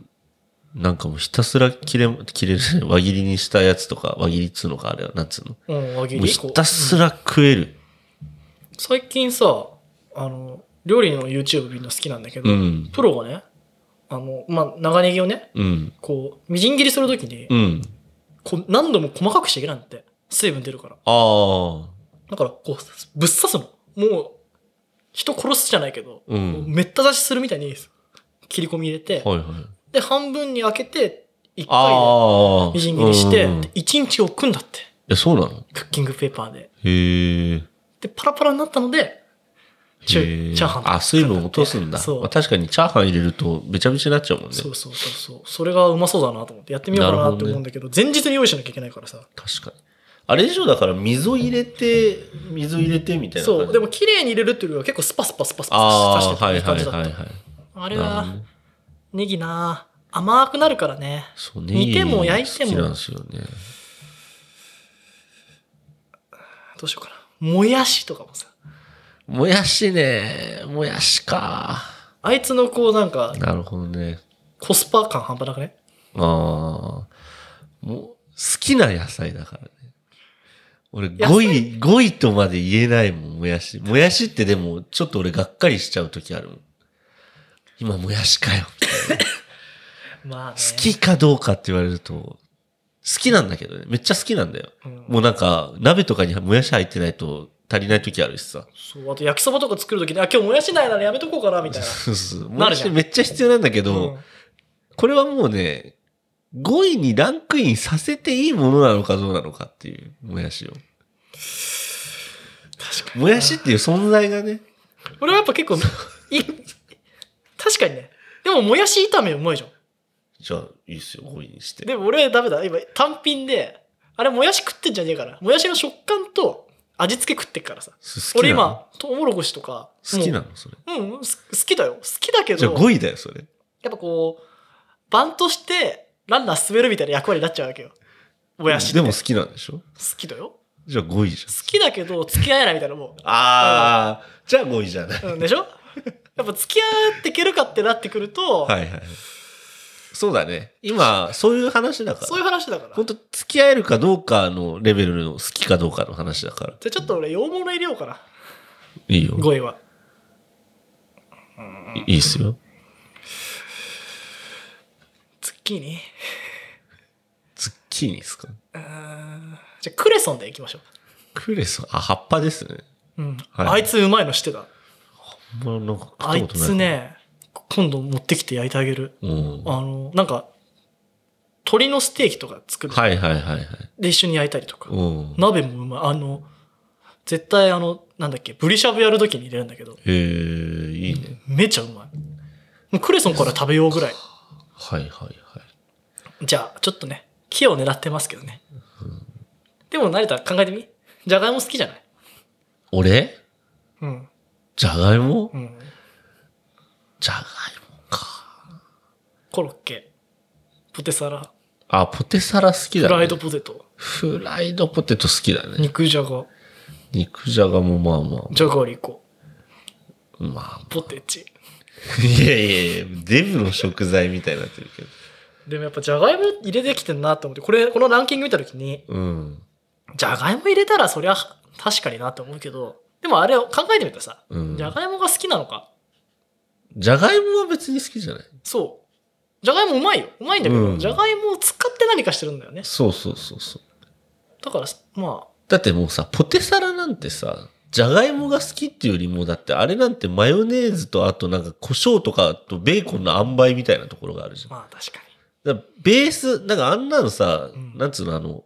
Speaker 1: なんかもうひたすら切れ、切れる、 (laughs) 輪切りにしたやつとか、輪切りっつうのか、あれは、なんつうの。
Speaker 2: うん輪切
Speaker 1: もう
Speaker 2: り
Speaker 1: ひ
Speaker 2: こ
Speaker 1: たすら食える。
Speaker 2: う最近さあの料理の YouTube 見るの好きなんだけど、
Speaker 1: うん。
Speaker 2: プロがねあの、まあ、長ネギをね
Speaker 1: うん。
Speaker 2: こうみじん切りするときに、
Speaker 1: うん。
Speaker 2: こう何度も細かくしちゃいけないんだって水分出るから
Speaker 1: ああ。
Speaker 2: だからこうぶっ刺すのもう人殺すじゃないけど、
Speaker 1: う。
Speaker 2: こうんめった刺しするみたいに切り込み入れて、
Speaker 1: はいはい。
Speaker 2: で半分に開けて一回で
Speaker 1: ああ。
Speaker 2: みじん切りして
Speaker 1: うんい
Speaker 2: 一日置くんだって
Speaker 1: や、そうなの
Speaker 2: クッキングペーパーで
Speaker 1: へえ。
Speaker 2: で、パラパラになったので、チ
Speaker 1: へ
Speaker 2: ュ
Speaker 1: ー
Speaker 2: チャーハン。
Speaker 1: あ、水分落とすんだ。
Speaker 2: そう
Speaker 1: まあ、確かにチャーハン入れるとべちゃべちゃになっちゃうもんね。
Speaker 2: そうそうそうそう。それがうまそうだなと思って、やってみようか
Speaker 1: なる
Speaker 2: な
Speaker 1: ほど
Speaker 2: って
Speaker 1: ね
Speaker 2: 思うんだけど、前日に用意しなきゃいけないからさ。
Speaker 1: 確かに。あれ以上だから水を入れて、水を入れてみたいな感じ。
Speaker 2: そう。でも、綺麗に入れるっていうよりは結構スパスパスパスパス
Speaker 1: あ
Speaker 2: 刺し
Speaker 1: あ、はい
Speaker 2: てた
Speaker 1: は
Speaker 2: 感
Speaker 1: い
Speaker 2: じだった。
Speaker 1: はいはい。
Speaker 2: あれ
Speaker 1: なるほど
Speaker 2: は、
Speaker 1: ね
Speaker 2: ネギなあ甘くなるからね。
Speaker 1: そう
Speaker 2: 煮ても焼いても
Speaker 1: ネギ好きなんですよね。
Speaker 2: どうしようかな。もやしとかもさ。
Speaker 1: もやしね。もやしか。
Speaker 2: あいつのこうなんか、
Speaker 1: なるほどね。
Speaker 2: コスパ感半端なくね。
Speaker 1: ああ。もう、好きな野菜だからね。俺、
Speaker 2: 菜
Speaker 1: 5位、5位とまで言えないもん、もやし。もやしってでも、ちょっと俺がっかりしちゃう時あるもん。今、もやしかよ。
Speaker 2: まあね。
Speaker 1: 好きかどうかって言われると、好きなんだけどね。めっちゃ好きなんだよ。
Speaker 2: うん
Speaker 1: もうなんか、鍋とかにもやし入ってないと足りない時あるしさ。
Speaker 2: そう。あと焼きそばとか作るときに、あ、今日もやしないならやめとこうかな、みたいな。
Speaker 1: そうそうも
Speaker 2: な
Speaker 1: や
Speaker 2: るじゃ
Speaker 1: し
Speaker 2: ん
Speaker 1: めっちゃ必要なんだけど、
Speaker 2: うん
Speaker 1: これはもうね、5位にランクインさせていいものなのかどうなのかっていう、もやしを。
Speaker 2: 確かに。
Speaker 1: もやしっていう存在がね、
Speaker 2: 俺はやっぱ結構、い、確かにね。でも、もやし炒めうまいじゃん。
Speaker 1: じゃあ、いいっすよ、5位にして。
Speaker 2: でも俺ダメだ。今、単品で、あれ、もやし食ってんじゃねえから。もやしの食感と味付け食ってっからさ。
Speaker 1: す好き
Speaker 2: 俺
Speaker 1: なの
Speaker 2: 今、トウモロコシとか。
Speaker 1: 好き
Speaker 2: も
Speaker 1: なのそれ。
Speaker 2: ううん、す好きだよ。好きだけ
Speaker 1: じゃあ
Speaker 2: ど、
Speaker 1: 5位だよ、それ。
Speaker 2: やっぱこう、バントして、ランナー滑るみたいな役割になっちゃうわけよ。もやしって。
Speaker 1: でも
Speaker 2: 好
Speaker 1: 好きなんでしょ
Speaker 2: きだよ。好
Speaker 1: じゃあ5位じゃん。
Speaker 2: きだけど、付き合えないみたいなも
Speaker 1: あー、じゃあ5位じゃない。
Speaker 2: う。うん、で
Speaker 1: (laughs)
Speaker 2: しょやっぱ付き合っていけるかってなってくると、
Speaker 1: はいはい。そうだね。今、そういう話だから。
Speaker 2: そういう話だから。
Speaker 1: 本当付き合えるかどうかのレベルの好きかどうかの話だから。
Speaker 2: じゃあちょっと俺、羊毛の入れようかな。
Speaker 1: いいよ。
Speaker 2: 5位は。
Speaker 1: いいっすよ。
Speaker 2: ズッキーニ
Speaker 1: ズッキーニですか
Speaker 2: うーんじゃあクレソンでいきましょ
Speaker 1: クレソン、あ、葉っぱですね。
Speaker 2: う。うん。
Speaker 1: はい
Speaker 2: あいつうまいの知ってた。
Speaker 1: あんまなんか食
Speaker 2: あ
Speaker 1: った
Speaker 2: い
Speaker 1: ことない。
Speaker 2: つ。ね、今度持ってきて焼いてあげる。
Speaker 1: うん。は
Speaker 2: あの、なんか、鶏のステーキとか作
Speaker 1: い
Speaker 2: る。
Speaker 1: はいはいはい。
Speaker 2: で、一緒に焼いたりとか。
Speaker 1: うん。
Speaker 2: 鍋もうまい。あの、絶対あの、なんだっけ、ブリシャブやるときに入れるんだけど、
Speaker 1: えー、いいね。
Speaker 2: めちゃうまい。もうクレソンから食べようぐらい。
Speaker 1: はいはいはい。
Speaker 2: じゃあ、ちょっとね、木を狙ってますけどね。でも、成田考えてみじゃがいも好きじゃない
Speaker 1: 俺
Speaker 2: うん。
Speaker 1: じゃがいも
Speaker 2: うん。
Speaker 1: じゃがいもか。
Speaker 2: コロッケ、ポテサラ、
Speaker 1: あ、ポテサラ好きだ
Speaker 2: フ
Speaker 1: ね。
Speaker 2: ライドポテト、
Speaker 1: フライドポテト好きだね。
Speaker 2: 肉じゃが、
Speaker 1: 肉じゃがもまあま
Speaker 2: じゃがりこ、
Speaker 1: あ。まあ (laughs)
Speaker 2: ポテチ。
Speaker 1: いやいやいや、デブの食材みたいになってるけど。
Speaker 2: でもやっぱじゃがいも入れてきてんなと思って、これ、このランキング見たときに、
Speaker 1: うん。
Speaker 2: じゃがいも入れたらそりゃ確かになと思うけど、でもあれを考えてみたらさ、
Speaker 1: うん
Speaker 2: じゃがいもが好きなのか。
Speaker 1: じゃがいもは別に好きじゃない
Speaker 2: そう。じゃがいもうまいよ。うまいんだけど、
Speaker 1: うん
Speaker 2: じゃがいもを使って何かしてるんだよね。
Speaker 1: そうそうそうそう。
Speaker 2: だから、ま
Speaker 1: だってもうさ、ポテサラなんてさ、じゃがいもが好きっていうよりも、だってあれなんてマヨネーズとあとなんか胡椒とかとベーコンの塩梅みたいなところがあるじゃ
Speaker 2: あ、
Speaker 1: ん。
Speaker 2: まあ確か
Speaker 1: だからベース、なんかあんなのさ、
Speaker 2: うん
Speaker 1: なんつうのあの、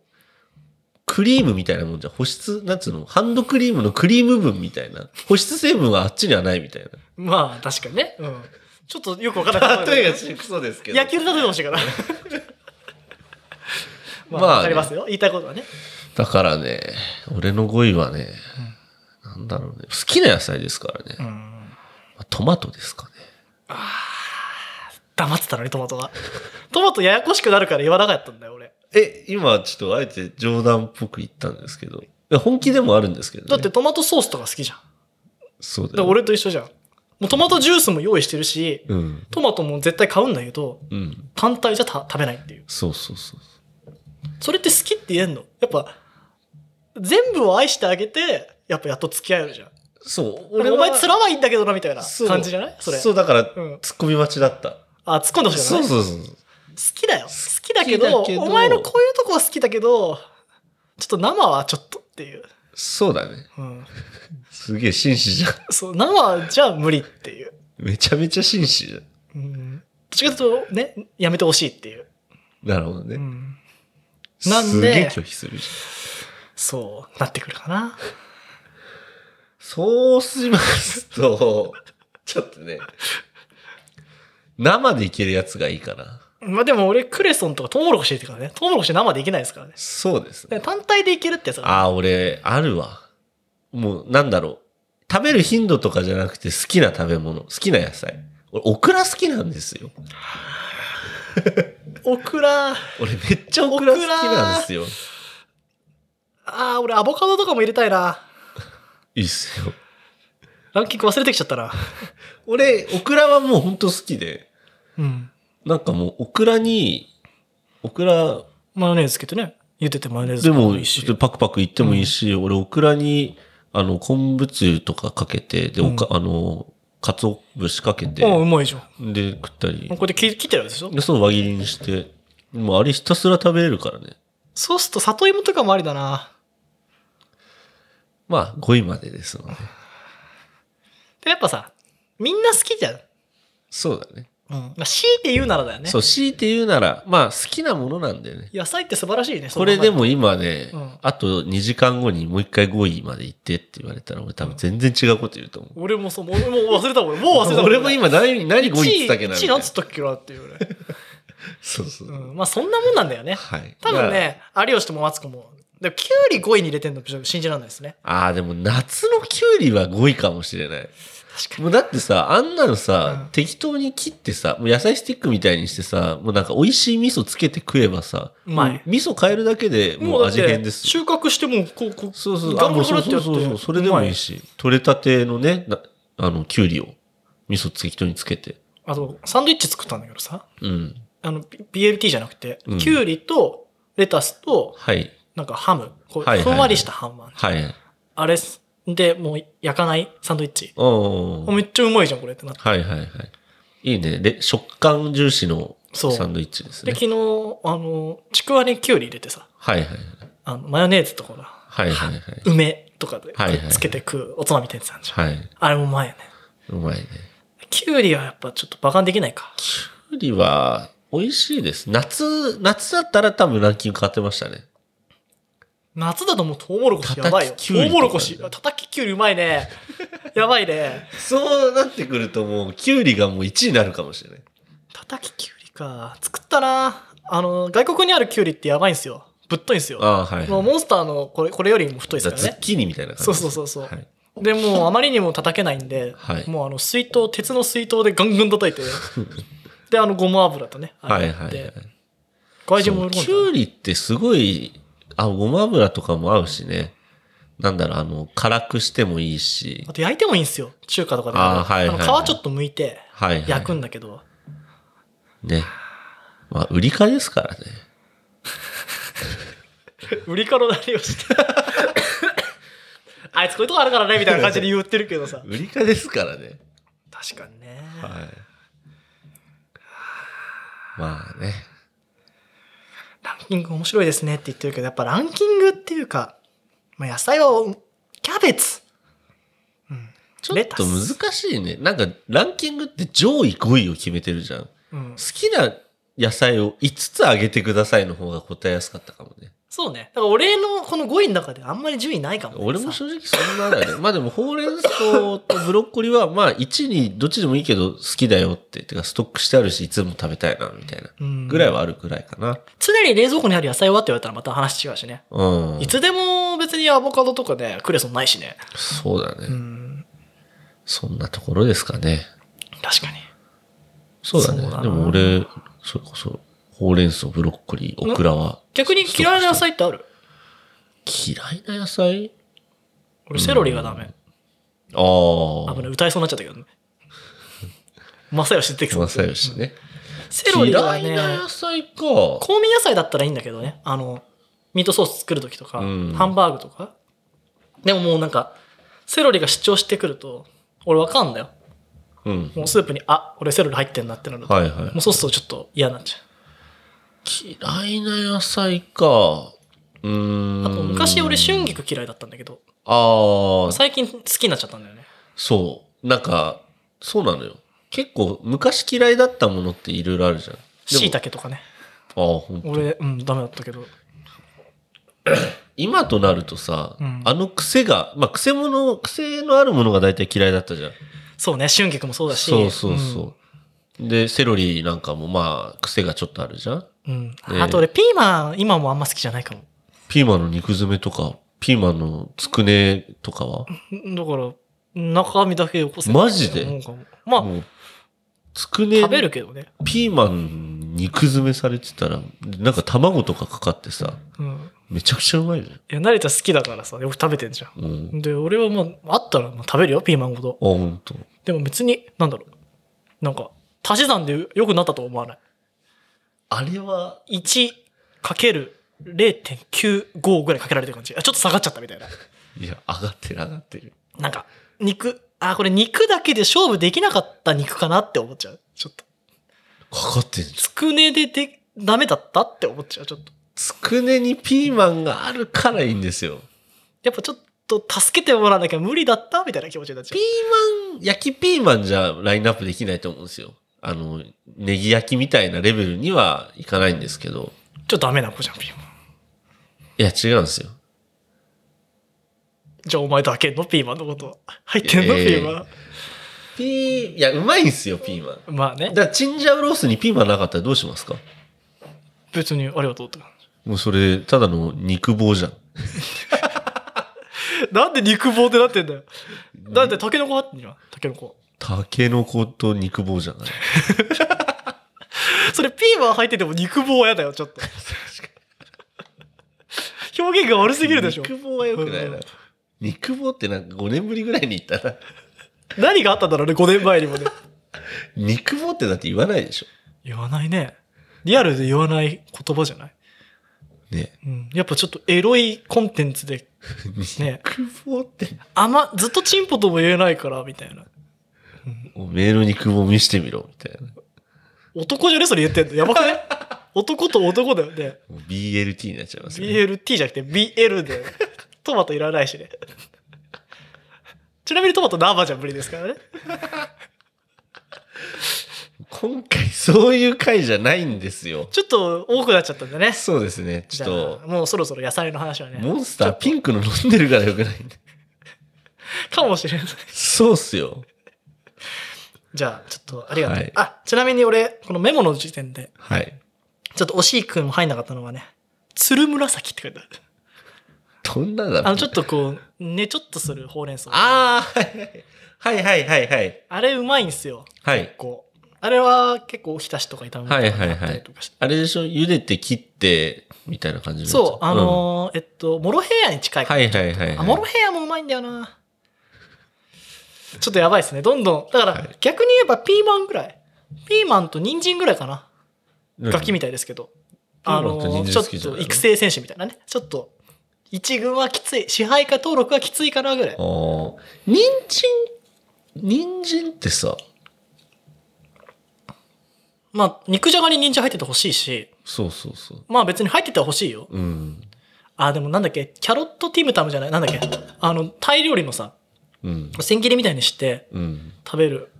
Speaker 1: クリームみたいなもんじゃん。保湿、なんつうのハンドクリームのクリーム分みたいな。保湿成分はあっちにはないみたいな。
Speaker 2: に。まあ確かにね。うん。ちょっとよくわから
Speaker 1: (laughs)
Speaker 2: なかったけど。
Speaker 1: 例えがクソですけど。
Speaker 2: 野球で例えてほし
Speaker 1: (laughs)
Speaker 2: いから。まあ、
Speaker 1: まあね
Speaker 2: わかりますよ。言いたいことはね。
Speaker 1: だからね、俺の語彙はね、なんだろうね。好きな野菜ですからね。
Speaker 2: うん。
Speaker 1: まあトマトですかね。
Speaker 2: 黙ってたのにトマトは。トマトややこしくなるから言わなかったんだよ、俺。
Speaker 1: え、今ちょっとあえて冗談っぽく言ったんですけど。いや本気でもあるんですけど、ね。
Speaker 2: だって、トマトソースとか好きじゃん。
Speaker 1: そう
Speaker 2: だ
Speaker 1: だ
Speaker 2: から
Speaker 1: よ、ね。
Speaker 2: 俺と一緒じゃん。もうトマトジュースも用意してるし、
Speaker 1: うん。
Speaker 2: トマトも絶対買うんだけど、
Speaker 1: うん。
Speaker 2: 単体じゃた食べないっていう。
Speaker 1: そうそうそう。
Speaker 2: それって好きって言えんのやっぱ、全部を愛してあげて、やっぱやっと付き合えるじゃん。
Speaker 1: そう。
Speaker 2: 俺、お前つらはいいんだけどな、みたいな
Speaker 1: そう
Speaker 2: 感じじゃないそれ。
Speaker 1: そう、だから、
Speaker 2: うん
Speaker 1: 突っ込み待ちだった。
Speaker 2: あ、突っ込んでほしい
Speaker 1: そ
Speaker 2: よ
Speaker 1: う
Speaker 2: ね。好
Speaker 1: そうそう。
Speaker 2: きだよ。好きだけ
Speaker 1: 好
Speaker 2: ど、
Speaker 1: きだけど
Speaker 2: お前のこういうとこは好きだけど、ちょっと生はちょっとっていう。
Speaker 1: そうだね。
Speaker 2: うん。
Speaker 1: すげえ紳士じゃん。 (laughs)
Speaker 2: そう、生じゃ無理っていう。
Speaker 1: めちゃめちゃ紳士じゃん。
Speaker 2: うん。どっちかというと、ね、やめてほしいっていう。
Speaker 1: なるほどね。
Speaker 2: うん。なん
Speaker 1: すげえ
Speaker 2: で
Speaker 1: 拒否するじゃん。
Speaker 2: そう、なってくるかな。
Speaker 1: そうしますと、 (laughs) ちょっとね、生でいけるやつがいいかな。
Speaker 2: まあでも俺、クレソンとかトウモロコシ入れてからね。トウモロコシ生でいけないですからね。
Speaker 1: そうです
Speaker 2: だか
Speaker 1: ね。
Speaker 2: ら単体でいけるってやつが
Speaker 1: ああ、俺、あるわ。もう、なんだろう。食べる頻度とかじゃなくて好きな食べ物、好きな野菜。俺、オクラ好きなんですよ。
Speaker 2: オクラ、あ
Speaker 1: 俺、めっちゃオクラ好きなんですよ。
Speaker 2: あ、俺アボカドとかも入れたいな。
Speaker 1: いいっすよ。
Speaker 2: ランキング忘れてきちゃったな。
Speaker 1: 俺、オクラはもうほんと好きで、
Speaker 2: うん。
Speaker 1: なんかもう、オクラに、オクラ、
Speaker 2: マヨネーズつけてね。茹でてマヨネーズ
Speaker 1: でも、
Speaker 2: いいし
Speaker 1: ちょっとパクパクいってもいいし、俺、オクラに、あの、昆布つゆとかかけて、で、おか、あの、かつお節かけて、
Speaker 2: うん、うまいじゃん。も
Speaker 1: で、食ったり
Speaker 2: う、これで切切ってるやつでしょ
Speaker 1: で、そう輪切りにして、もうあれひたすら食べれるからね。
Speaker 2: そうすると里芋とかもありだな。
Speaker 1: まあ、5位までですので。
Speaker 2: で、やっぱさ、みんな好きじゃん。うん。
Speaker 1: そうだね。
Speaker 2: まあ、強いて言うならだよね。
Speaker 1: そう、強いて言うなら、まあ、好きなものなんだよね。
Speaker 2: 野菜って素晴らしいね。そ
Speaker 1: こ
Speaker 2: のま
Speaker 1: れ
Speaker 2: ま
Speaker 1: でも今ね、
Speaker 2: うん
Speaker 1: あと2時間後にもう一回5位まで行ってって言われたら、俺多分全然違うこと言うと思う。
Speaker 2: 俺もそう、もうもう忘れた俺。もう忘れ
Speaker 1: (laughs)
Speaker 2: た
Speaker 1: 俺も今何、何5位って言ったっけなみた
Speaker 2: 1位
Speaker 1: いな
Speaker 2: なんつったっけなっていうね。
Speaker 1: そうそうう。
Speaker 2: ん。まあそんなもんなんだよね。
Speaker 1: はい。
Speaker 2: 多分ね、有吉ともマツコも。でも、キュウリ5位に入れてんの、信じられないですね。
Speaker 1: ああ、でも夏のキュウリは5位かもしれない。
Speaker 2: 確かに。
Speaker 1: もうだってさ、あんなのさ、
Speaker 2: うん
Speaker 1: 適当に切ってさ、もう野菜スティックみたいにしてさ、もうなんか美味しい味噌つけて食えばさ、
Speaker 2: うまい
Speaker 1: も味噌変えるだけでもう味変ですよ。
Speaker 2: 収穫してもう、こう、こう、
Speaker 1: そうそう、
Speaker 2: ガ
Speaker 1: あ、
Speaker 2: ロ
Speaker 1: もう
Speaker 2: ガ
Speaker 1: そ
Speaker 2: ロ
Speaker 1: う
Speaker 2: って
Speaker 1: そう
Speaker 2: やって。
Speaker 1: そうそう、それでもいいし、取れたてのね、なあの、キュウリを味噌適当につけて。
Speaker 2: うまい。あと、サンドイッチ作ったんだけどさ、
Speaker 1: うん。
Speaker 2: あの、B- BLT じゃなくて、
Speaker 1: うん
Speaker 2: キュウリとレタスと、
Speaker 1: はい。
Speaker 2: なんかハム、こう
Speaker 1: はいはい
Speaker 2: ふんわりしたハムある、
Speaker 1: はい。
Speaker 2: あれっす、で、もう焼かないサンドイッチ。
Speaker 1: お
Speaker 2: あめっちゃうまいじゃん、これってなって。
Speaker 1: はいはいはい。いいね。で、食感重視の
Speaker 2: そう
Speaker 1: サンドイッチです
Speaker 2: で、
Speaker 1: ね。
Speaker 2: 昨日、あの、ちくわにキュウリ入れてさ、
Speaker 1: はいはい。
Speaker 2: あの、マヨネーズとかほら、
Speaker 1: はいはいはい。
Speaker 2: 梅とかで
Speaker 1: はいはい
Speaker 2: つけて食うおつまみ店さんじゃん。
Speaker 1: はい。
Speaker 2: あれもうまいよね。
Speaker 1: うまいね。
Speaker 2: キュウリはやっぱちょっと馬鹿にできないか。
Speaker 1: きゅうりは美味しいです。夏、夏だったら多分ランキング変わってましたね。
Speaker 2: 夏だともうトウモロコシやばいよ。
Speaker 1: 叩きき
Speaker 2: ト
Speaker 1: ゅうり
Speaker 2: ウ
Speaker 1: とか
Speaker 2: モロコシ。たたききゅうりうまい (laughs) ね。やばいね。
Speaker 1: そうなってくるともう、きゅうりがもう1位になるかもしれない。
Speaker 2: たたききゅうりか。作ったな。あの、外国にあるきゅうりってやばいんすよ。ぶっといんすよ。
Speaker 1: ああ、はい、
Speaker 2: もう
Speaker 1: はい。
Speaker 2: モンスターのこれこれよりも太いです
Speaker 1: ザ
Speaker 2: から
Speaker 1: ズッ
Speaker 2: ね。
Speaker 1: キーニみたいな感じ
Speaker 2: そう
Speaker 1: です
Speaker 2: そうそうそう。
Speaker 1: はい。
Speaker 2: でもうあまりにも叩けないんで、
Speaker 1: はい
Speaker 2: もうあの水筒、鉄の水筒でガンガン叩い (laughs) て、で、あの、ごま油とね、あ
Speaker 1: は
Speaker 2: れ
Speaker 1: い
Speaker 2: やっ
Speaker 1: はい
Speaker 2: て
Speaker 1: はい。
Speaker 2: 外人
Speaker 1: そ
Speaker 2: も
Speaker 1: う
Speaker 2: 喜ん
Speaker 1: き
Speaker 2: だな
Speaker 1: ゅうりってすごい、あ、ごま油とかも合うしね。なんだろう、あの、辛くしてもいいし
Speaker 2: あ。と焼いてもいいんですよ。中華とかで。
Speaker 1: あーはいはいはい
Speaker 2: の皮ちょっと剥いて
Speaker 1: はい、はい。
Speaker 2: 焼くんだけど、
Speaker 1: ね。まあ、売りかですからね。
Speaker 2: 売りから何をして (laughs) あいつこういうとこあるからねみたいな感じで言ってるけどさ
Speaker 1: 売りかですからね。
Speaker 2: 確かにね、
Speaker 1: はい。まあね。
Speaker 2: ランキング面白いですねって言ってるけどやっぱランキングっていうか、まあ、野菜はキャベツ、うん、
Speaker 1: ちょっと
Speaker 2: レタス
Speaker 1: 難しいね。なんか、ランキングって上位5位を決めてるじゃん。好
Speaker 2: うん、
Speaker 1: きな野菜を5つあげてくださいの方が答えやすかったかもね。
Speaker 2: そうねだから俺のこの5位の中であんまり順位ないかもね、
Speaker 1: 俺も
Speaker 2: さ
Speaker 1: 正直そんなだね。 (laughs) まあでも、ほうれん草とブロッコリーは、まあ1にどっちでもいいけど好きだよって。てか、ストックしてあるし、いつでも食べたいな、みたいな。
Speaker 2: うん
Speaker 1: ぐらいはあるくらいかな。
Speaker 2: 常に冷蔵庫にある野菜はって言われたらまた話違うしね、
Speaker 1: うん
Speaker 2: い。つでも別にアボカドとかねクレソンないしね
Speaker 1: そうだ
Speaker 2: う
Speaker 1: ね。
Speaker 2: ん
Speaker 1: そんなところですかね。
Speaker 2: 確かに
Speaker 1: そうだね。
Speaker 2: そうだな
Speaker 1: でも俺、それこそ、ほうれん草、ブロッコリー、オクラは、
Speaker 2: 逆に嫌いな野菜ってある
Speaker 1: 嫌いな野菜
Speaker 2: 俺セロリがダメ
Speaker 1: ああ。
Speaker 2: 危ない歌いそうになっちゃったけどね正義出てきそう
Speaker 1: 正義ね。
Speaker 2: セロリは
Speaker 1: 嫌い
Speaker 2: ね
Speaker 1: な野菜か。
Speaker 2: 香味野菜だったらいいんだけどねあのミートソース作る時とか、
Speaker 1: うん
Speaker 2: ハンバーグとかでももうなんかセロリが主張してくると俺わかんだよ
Speaker 1: うん。
Speaker 2: もうスープにあ俺セロリ入ってんなってなると、
Speaker 1: はいは
Speaker 2: もうそうするとちょっと嫌になっちゃう
Speaker 1: い。嫌いな野菜か。うーん。
Speaker 2: あと昔俺春菊嫌いだったんだけど
Speaker 1: ああ、
Speaker 2: 最近好きになっちゃったんだよね
Speaker 1: そう。なんか、そうなのよ。結構、昔嫌いだったものっていろいろあるじゃん。
Speaker 2: しい
Speaker 1: た
Speaker 2: たけとかね
Speaker 1: ああ、ほんと
Speaker 2: 俺うんダメだったけど
Speaker 1: 今となるとさ、
Speaker 2: うん
Speaker 1: あの癖が、まあ、癖もの、癖のあるものが大体嫌いだったじゃん。
Speaker 2: そうね春菊もそうだし
Speaker 1: そうそうそう。で、セロリなんかもまあ、癖がちょっとあるじゃん。
Speaker 2: うん、うん
Speaker 1: ね
Speaker 2: あと俺ピーマン今もあんま好きじゃないかも
Speaker 1: ピーマンの肉詰めとか、ピーマンのつくねとかは、
Speaker 2: だから中身だけよこせ
Speaker 1: マジで
Speaker 2: なんかもうまあ
Speaker 1: もう、つくね
Speaker 2: 食、べるけどね、
Speaker 1: ピーマン肉詰めされてたら、なんか卵とかかかってさ、
Speaker 2: うん、
Speaker 1: めちゃくちゃうまいじゃん。
Speaker 2: いや成田好きだからさよく食べてんじゃ
Speaker 1: うん。
Speaker 2: んで俺はまああったらまあ食べるよピーマンごと
Speaker 1: あ、ほんと。
Speaker 2: でも別になんだろうなんか足し算で良くなったとは思わない
Speaker 1: あれは、
Speaker 2: 1×0.95ぐらいかけられてる感じあちょっと下がっちゃったみたいない
Speaker 1: や、上がってる上がってる。
Speaker 2: なんか肉あこれ肉だけで勝負できなかった肉かなって思っちゃうちょっと
Speaker 1: かかってんじゃん。
Speaker 2: つくねででダメだったって思っちゃうちょっと
Speaker 1: つくねにピーマンがあるからいいんですよ。
Speaker 2: やっぱちょっと助けてもらわなきゃ無理だったみたいな気持ちになっちゃ
Speaker 1: ピーマン、焼きピーマンじゃラインナップできないと思うんですよ。あの、ネギ焼きみたいなレベルにはいかないんですけど。
Speaker 2: うちょっとダメな子じゃんピーマン
Speaker 1: いや、違うんですよ。
Speaker 2: じゃあお前だけのピーマンのこと入ってんの、
Speaker 1: ええ
Speaker 2: ピーマン
Speaker 1: ピー、いや、うまいんですよ、ピーマン。
Speaker 2: まあね
Speaker 1: だから、チンジャオロースにピーマンなかったらどうしますか
Speaker 2: 別にありがとうって感
Speaker 1: もうそれ、ただの肉棒じゃん。
Speaker 2: じなんで肉棒ってなってんだよだってタケノコあってんじゃんタケノコ
Speaker 1: タケノコと肉棒じゃない。
Speaker 2: それピーマン入ってても肉棒はやだよちょっと表現が悪すぎるでしょ
Speaker 1: 肉棒は良くないな。肉棒ってなんか5年ぶりぐらいに言ったら、
Speaker 2: 何があったんだろうね5年前にもね
Speaker 1: 肉棒ってだって言わないでしょ。
Speaker 2: (laughs) 言わないねリアルで言わない言葉じゃない、
Speaker 1: ね。
Speaker 2: うん、やっぱちょっとエロいコンテンツで
Speaker 1: (laughs)
Speaker 2: ね
Speaker 1: 肉棒って。
Speaker 2: あんまずっとチンポとも言えないからみたいな
Speaker 1: おめえの肉棒見してみろ、みたいな。
Speaker 2: 男じゃねそれ言ってんのやばくない
Speaker 1: (laughs)
Speaker 2: 男と男だよね
Speaker 1: もう BLT になっちゃいますよね。
Speaker 2: BLT じゃなくて
Speaker 1: (laughs)
Speaker 2: BL でトマトいらないしねちなみにトマト生じゃ無理ですからね
Speaker 1: 今回そういう回じゃないんですよ。
Speaker 2: ちょっと多くなっちゃったんでね
Speaker 1: そうですね。ちょっと
Speaker 2: じゃあ、もうそろそろ野菜の話はね
Speaker 1: モンスターピンクの飲んでるからよくないんで。
Speaker 2: かもしれない
Speaker 1: そうっすよ。
Speaker 2: じゃあちょっとありがとう、
Speaker 1: はい
Speaker 2: あちなみに俺このメモの時点で
Speaker 1: はい。
Speaker 2: ちょっと惜しいくんも入んなかったのはね鶴紫って書いてある
Speaker 1: どんなだろう
Speaker 2: あのちょっとこうねちょっとするほうれん草あ
Speaker 1: あーはいはいはいはいはい。
Speaker 2: れうまいんすよ
Speaker 1: はい。
Speaker 2: こうあれは結構おひたしとか炒めた
Speaker 1: はい
Speaker 2: り
Speaker 1: はいはい
Speaker 2: とかして、
Speaker 1: あれでしょ茹でて切って、みたいな感じのやつ
Speaker 2: そうあ、のーえっとモロヘイヤに近
Speaker 1: う
Speaker 2: い
Speaker 1: ん
Speaker 2: か
Speaker 1: は
Speaker 2: ら
Speaker 1: いはいはい、
Speaker 2: あ
Speaker 1: はい。
Speaker 2: モロヘイヤもうまいんだよな。ちょっとやばいですね。どんどん。だから、
Speaker 1: はい
Speaker 2: 逆に言えばピーマンぐらい。ピーマンと人参ぐらいかな。ガキみたいですけど、
Speaker 1: うん
Speaker 2: あ
Speaker 1: 登録
Speaker 2: の、
Speaker 1: って人
Speaker 2: ちょ
Speaker 1: 数
Speaker 2: っ
Speaker 1: 好きじゃない
Speaker 2: と
Speaker 1: の
Speaker 2: 育成選手みたいなね、ちょっと、一軍はきつい、支配下登録はきついかなぐらい
Speaker 1: あ。ー人参、人参ってさ、
Speaker 2: まあ、肉じゃがに人参入っててほしいし、
Speaker 1: そうそうそう。
Speaker 2: まあ別に入っててほしいよ。
Speaker 1: うん。
Speaker 2: あ、でもなんだっけ、キャロットティムタムじゃない、なんだっけ、あの、タイ料理のさ、
Speaker 1: うん。
Speaker 2: 千切りみたいにして
Speaker 1: うん。
Speaker 2: 食べる、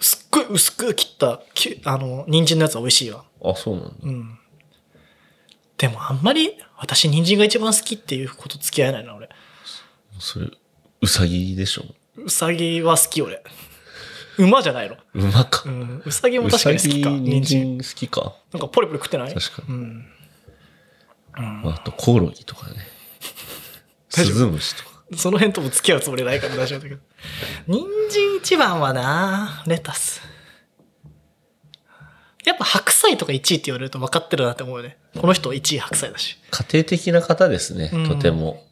Speaker 2: すっごい薄く切った、きあの、人参のやつは美味しいわ。
Speaker 1: あ、そうなんだ。
Speaker 2: うん。でもあんまり、私人参が一番好きっていうこと付き合えないな、俺。
Speaker 1: それ、うさぎでしょ。
Speaker 2: うさぎは好き、俺。馬じゃないの。
Speaker 1: 馬か
Speaker 2: う。ん。うさぎも
Speaker 1: う
Speaker 2: 確か
Speaker 1: さ
Speaker 2: に好き
Speaker 1: ぎ、
Speaker 2: か。
Speaker 1: 人
Speaker 2: 人
Speaker 1: 参
Speaker 2: 参。
Speaker 1: 好きか。
Speaker 2: なんかポリポリ食ってない
Speaker 1: 確かに。
Speaker 2: うん。
Speaker 1: まあ、あと、コオロギとかね。ス
Speaker 2: 大丈夫
Speaker 1: ズムシとか。
Speaker 2: その辺とも付き合うつもりないから大丈夫だけど。人参一番はなレタス。やっぱ白菜とか1位って言われると分かってるなって思うよね。この人1位白菜だし。
Speaker 1: 家庭的な方ですね、
Speaker 2: うん
Speaker 1: とても。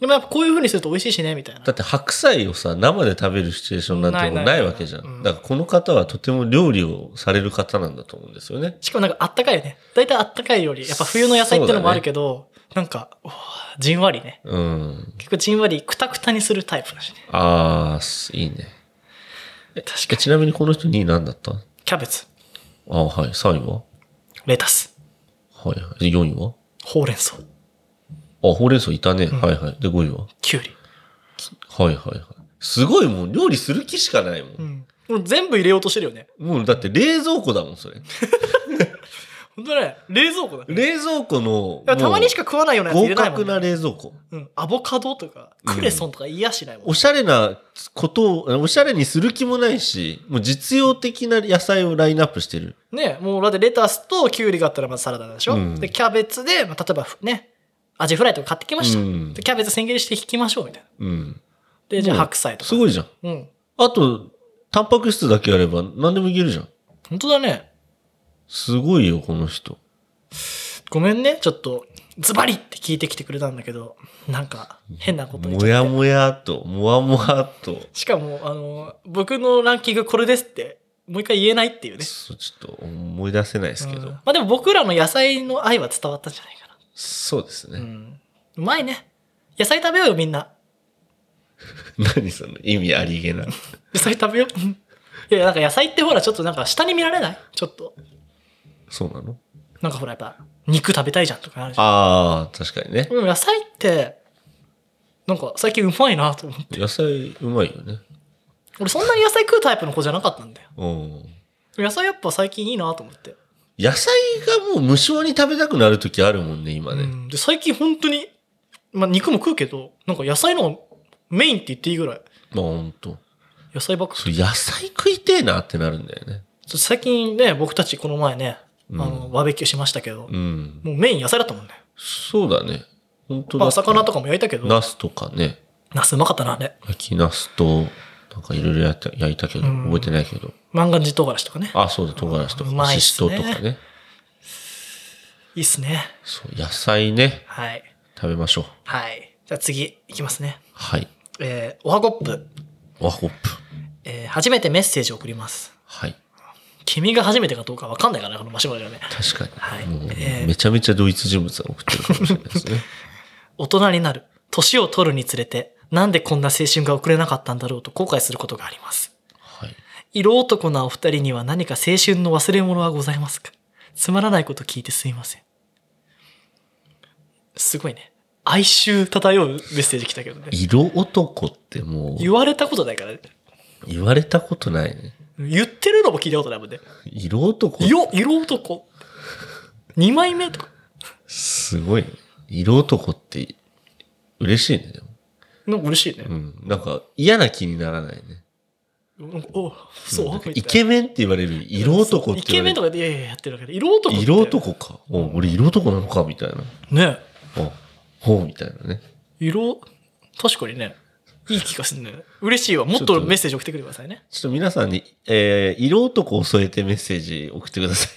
Speaker 2: でもやっぱこういう風にすると美味しいしね、みたいな。
Speaker 1: だって白菜をさ、生で食べるシチュエーションなんてもう
Speaker 2: な
Speaker 1: ない
Speaker 2: な
Speaker 1: い
Speaker 2: いない
Speaker 1: わけじゃ
Speaker 2: うん
Speaker 1: ん。だからこの方はとても料理をされる方なんだと思うんですよね。
Speaker 2: しかもなんかあったかいよね。大体あったかいより、やっぱ冬の野菜ってのもあるけど、なんか、おーじんわりね。
Speaker 1: うん。
Speaker 2: 結構じんわりくたくたにするタイプだしね。
Speaker 1: あー、いいね。
Speaker 2: 確か
Speaker 1: え
Speaker 2: に。
Speaker 1: ちなみにこの人2位何だった
Speaker 2: キャベツ、
Speaker 1: あはい。3位は
Speaker 2: レタス、
Speaker 1: はいはい。4位は
Speaker 2: ほうれん草、
Speaker 1: あ、ほうれん草いたね。はいはい。で、5位は
Speaker 2: きゅうり。
Speaker 1: はいはいはい。すごいもう料理する気しかないもん。
Speaker 2: うん。もう全部入れようとしてるよね。
Speaker 1: もうだって冷蔵庫だもん、それ。
Speaker 2: ほんとね、冷蔵庫だね。
Speaker 1: 冷蔵庫の。
Speaker 2: たまにしか食わないようなやつ入
Speaker 1: 合
Speaker 2: れないも
Speaker 1: 格
Speaker 2: ん、ね
Speaker 1: な冷蔵庫。
Speaker 2: うん、アボカドとかクレソンとか癒やしないもん、
Speaker 1: おしゃれなことを、おしゃれにする気もないし、もう実用的な野菜をラインナップしてる。
Speaker 2: ねもうだってレタスとキュウリがあったらまずサラダでしょ、
Speaker 1: うん
Speaker 2: でキャベツで、まあ、例えばふねアジフライとか買ってきました、
Speaker 1: うん
Speaker 2: でキャベツ千切りして引きましょうみたいな
Speaker 1: うん。
Speaker 2: でじゃあ
Speaker 1: うん
Speaker 2: 白菜とか
Speaker 1: すごいじゃん。
Speaker 2: うん
Speaker 1: あと、タンパク質だけやれば何でもいけるじゃん。
Speaker 2: 本当だね
Speaker 1: すごいよ、この人。
Speaker 2: ごめんねちょっとズバリって聞いてきてくれたんだけどなんか変なこと言っ
Speaker 1: も
Speaker 2: ちゃ
Speaker 1: や
Speaker 2: って
Speaker 1: もやっと、もわもわっと。
Speaker 2: しかもあの僕のランキングこれですってもう一回言えないっていうね
Speaker 1: そうちょっと思い出せないですけど、
Speaker 2: うんまあでも僕らの野菜の愛は伝わったんじゃないかな
Speaker 1: そうです
Speaker 2: う
Speaker 1: ね、
Speaker 2: んうまいね。野菜食べようよ、みんな。
Speaker 1: 何その意味ありげな
Speaker 2: 野菜食べよう。 (laughs) うんいや、なんか野菜ってほら、ちょっとなんか下に見られないちょっと。
Speaker 1: そうなの
Speaker 2: なんかほら、やっぱ、肉食べたいじゃんとかあるじゃん。
Speaker 1: ああ確かにね
Speaker 2: でも野菜って、なんか最近うまいなと思って。
Speaker 1: 野菜うまいよね
Speaker 2: 俺そんなに野菜食うタイプの子じゃなかったんだよ。
Speaker 1: うん
Speaker 2: 野菜やっぱ最近いいなと思って。
Speaker 1: 野菜がもう無性に食べたくなる時あるもんね今
Speaker 2: う
Speaker 1: ね、
Speaker 2: ん、で、最近本当に、まあ肉も食うけど、なんか野菜の方がメインって言っていいぐらい。
Speaker 1: まあほんと
Speaker 2: 野菜ばっか
Speaker 1: それ野菜食いてえなってなるんだよね
Speaker 2: そう最近ね、僕たちこの前ね、あ
Speaker 1: う
Speaker 2: の、バーベキューしましたけど、
Speaker 1: うん
Speaker 2: もうメイン野菜だったもんね。
Speaker 1: そうだね本当だ
Speaker 2: まあ、魚とかも焼いたけど、
Speaker 1: ナスとかね
Speaker 2: ナスうまかったな、あれ。
Speaker 1: 焼きナスとなんかいろいろやった焼いたけど、
Speaker 2: うん
Speaker 1: 覚えてないけど
Speaker 2: 万願寺唐辛子とかね。
Speaker 1: あそうだ唐辛子とか
Speaker 2: うまいっ
Speaker 1: し
Speaker 2: す
Speaker 1: しと
Speaker 2: ね
Speaker 1: うとかね
Speaker 2: いいっすね。
Speaker 1: そう野菜ね
Speaker 2: はい。
Speaker 1: 食べましょう
Speaker 2: はい。じゃあ次、いきますね。
Speaker 1: はい
Speaker 2: えー、おはごっぷ。
Speaker 1: ワホップ
Speaker 2: えー、初めてメッセージを送ります。
Speaker 1: はい
Speaker 2: 君が初めてかどうかわかんないから、このマシュマロがね。
Speaker 1: 確かに、
Speaker 2: はい
Speaker 1: もう
Speaker 2: えー
Speaker 1: めちゃめちゃ同一人物が送ってるかもしれないですね
Speaker 2: 大人になる。年を取るにつれて、なんでこんな青春が送れなかったんだろうと後悔することがあります。
Speaker 1: はい
Speaker 2: 色男なお二人には何か青春の忘れ物はございますかつまらないこと聞いてすいません。すごいね。哀愁漂うメッセージ来たけどね。
Speaker 1: 色男ってもう
Speaker 2: 言われたことないからね。
Speaker 1: 言われたことないね
Speaker 2: 言ってるのも聞いたことないもんね。
Speaker 1: 色男
Speaker 2: よ、色男。二枚目とか。
Speaker 1: すごいね色男って嬉しいねでも
Speaker 2: なんか嬉しいね
Speaker 1: う。んなんか嫌な気にならないね
Speaker 2: なんかおそう
Speaker 1: なんか
Speaker 2: みたい
Speaker 1: イ
Speaker 2: な
Speaker 1: ケメンって言われるより色男
Speaker 2: そう
Speaker 1: っ
Speaker 2: イ
Speaker 1: て
Speaker 2: ケ
Speaker 1: 言わ
Speaker 2: メ
Speaker 1: れ
Speaker 2: ン
Speaker 1: る
Speaker 2: とかで、いやいややってるわけで。色男って。
Speaker 1: 色。男か、お
Speaker 2: うん
Speaker 1: 俺色男なのかみたいな
Speaker 2: ね。
Speaker 1: あほうみたいなね
Speaker 2: 色、確かにね。いい気がするね。嬉しいわ。もっ
Speaker 1: ちょっ
Speaker 2: と
Speaker 1: と
Speaker 2: メッセージ送ってくれてくださいね。
Speaker 1: ちょっと皆さんに、えー、色男を添えてメッセージ送ってください。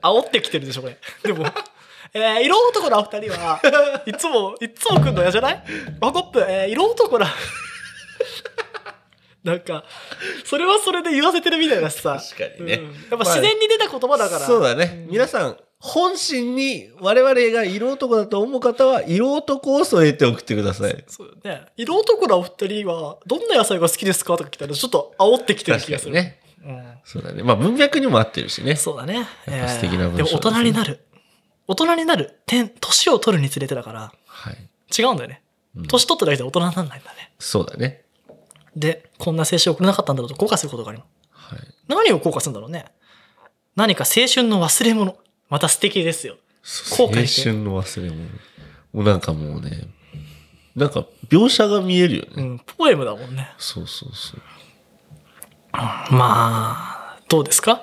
Speaker 2: 煽ってきてるでしょ、これ。でも、えー、色男のお二人
Speaker 1: (laughs)
Speaker 2: は、いつも、いつも来んの嫌じゃないワコップ、えー、色男な、 (laughs) なんか、それはそれで言わせてるみたいだしさ。
Speaker 1: 確かにね
Speaker 2: うんやっぱ自然に出た言葉だから。
Speaker 1: そうだね。皆
Speaker 2: さ
Speaker 1: さん、本心に我々が色男だと思う方は、色男を添えて送ってください。
Speaker 2: ん。そうだね。色男らお二人は、どんな野菜が好きですかとか来たら、ちょっと煽ってきてる気
Speaker 1: 確
Speaker 2: が
Speaker 1: か
Speaker 2: す
Speaker 1: に
Speaker 2: る。
Speaker 1: ね。
Speaker 2: うん
Speaker 1: そうだね。まあ文脈にも合ってるしね。
Speaker 2: そうだね。
Speaker 1: やっぱ素敵な文章
Speaker 2: えーでも大人になる。大人になる。点、年を取るにつれてだから、
Speaker 1: はい。
Speaker 2: 違うんだよね。
Speaker 1: うん
Speaker 2: 年取っただけで大人にならないんだね。
Speaker 1: そうだね。
Speaker 2: で、こんな青春を送れなかったんだろうと後悔することがあります。
Speaker 1: はい。
Speaker 2: 何を後悔するんだろうね。何か青春の忘れ物。また素敵ですよ。後悔して
Speaker 1: 青春の忘れ物。もうなんかもうね、なんか描写が見えるよね。
Speaker 2: うん、ポエムだもんね。
Speaker 1: そうそうそう。
Speaker 2: まあ、どうですか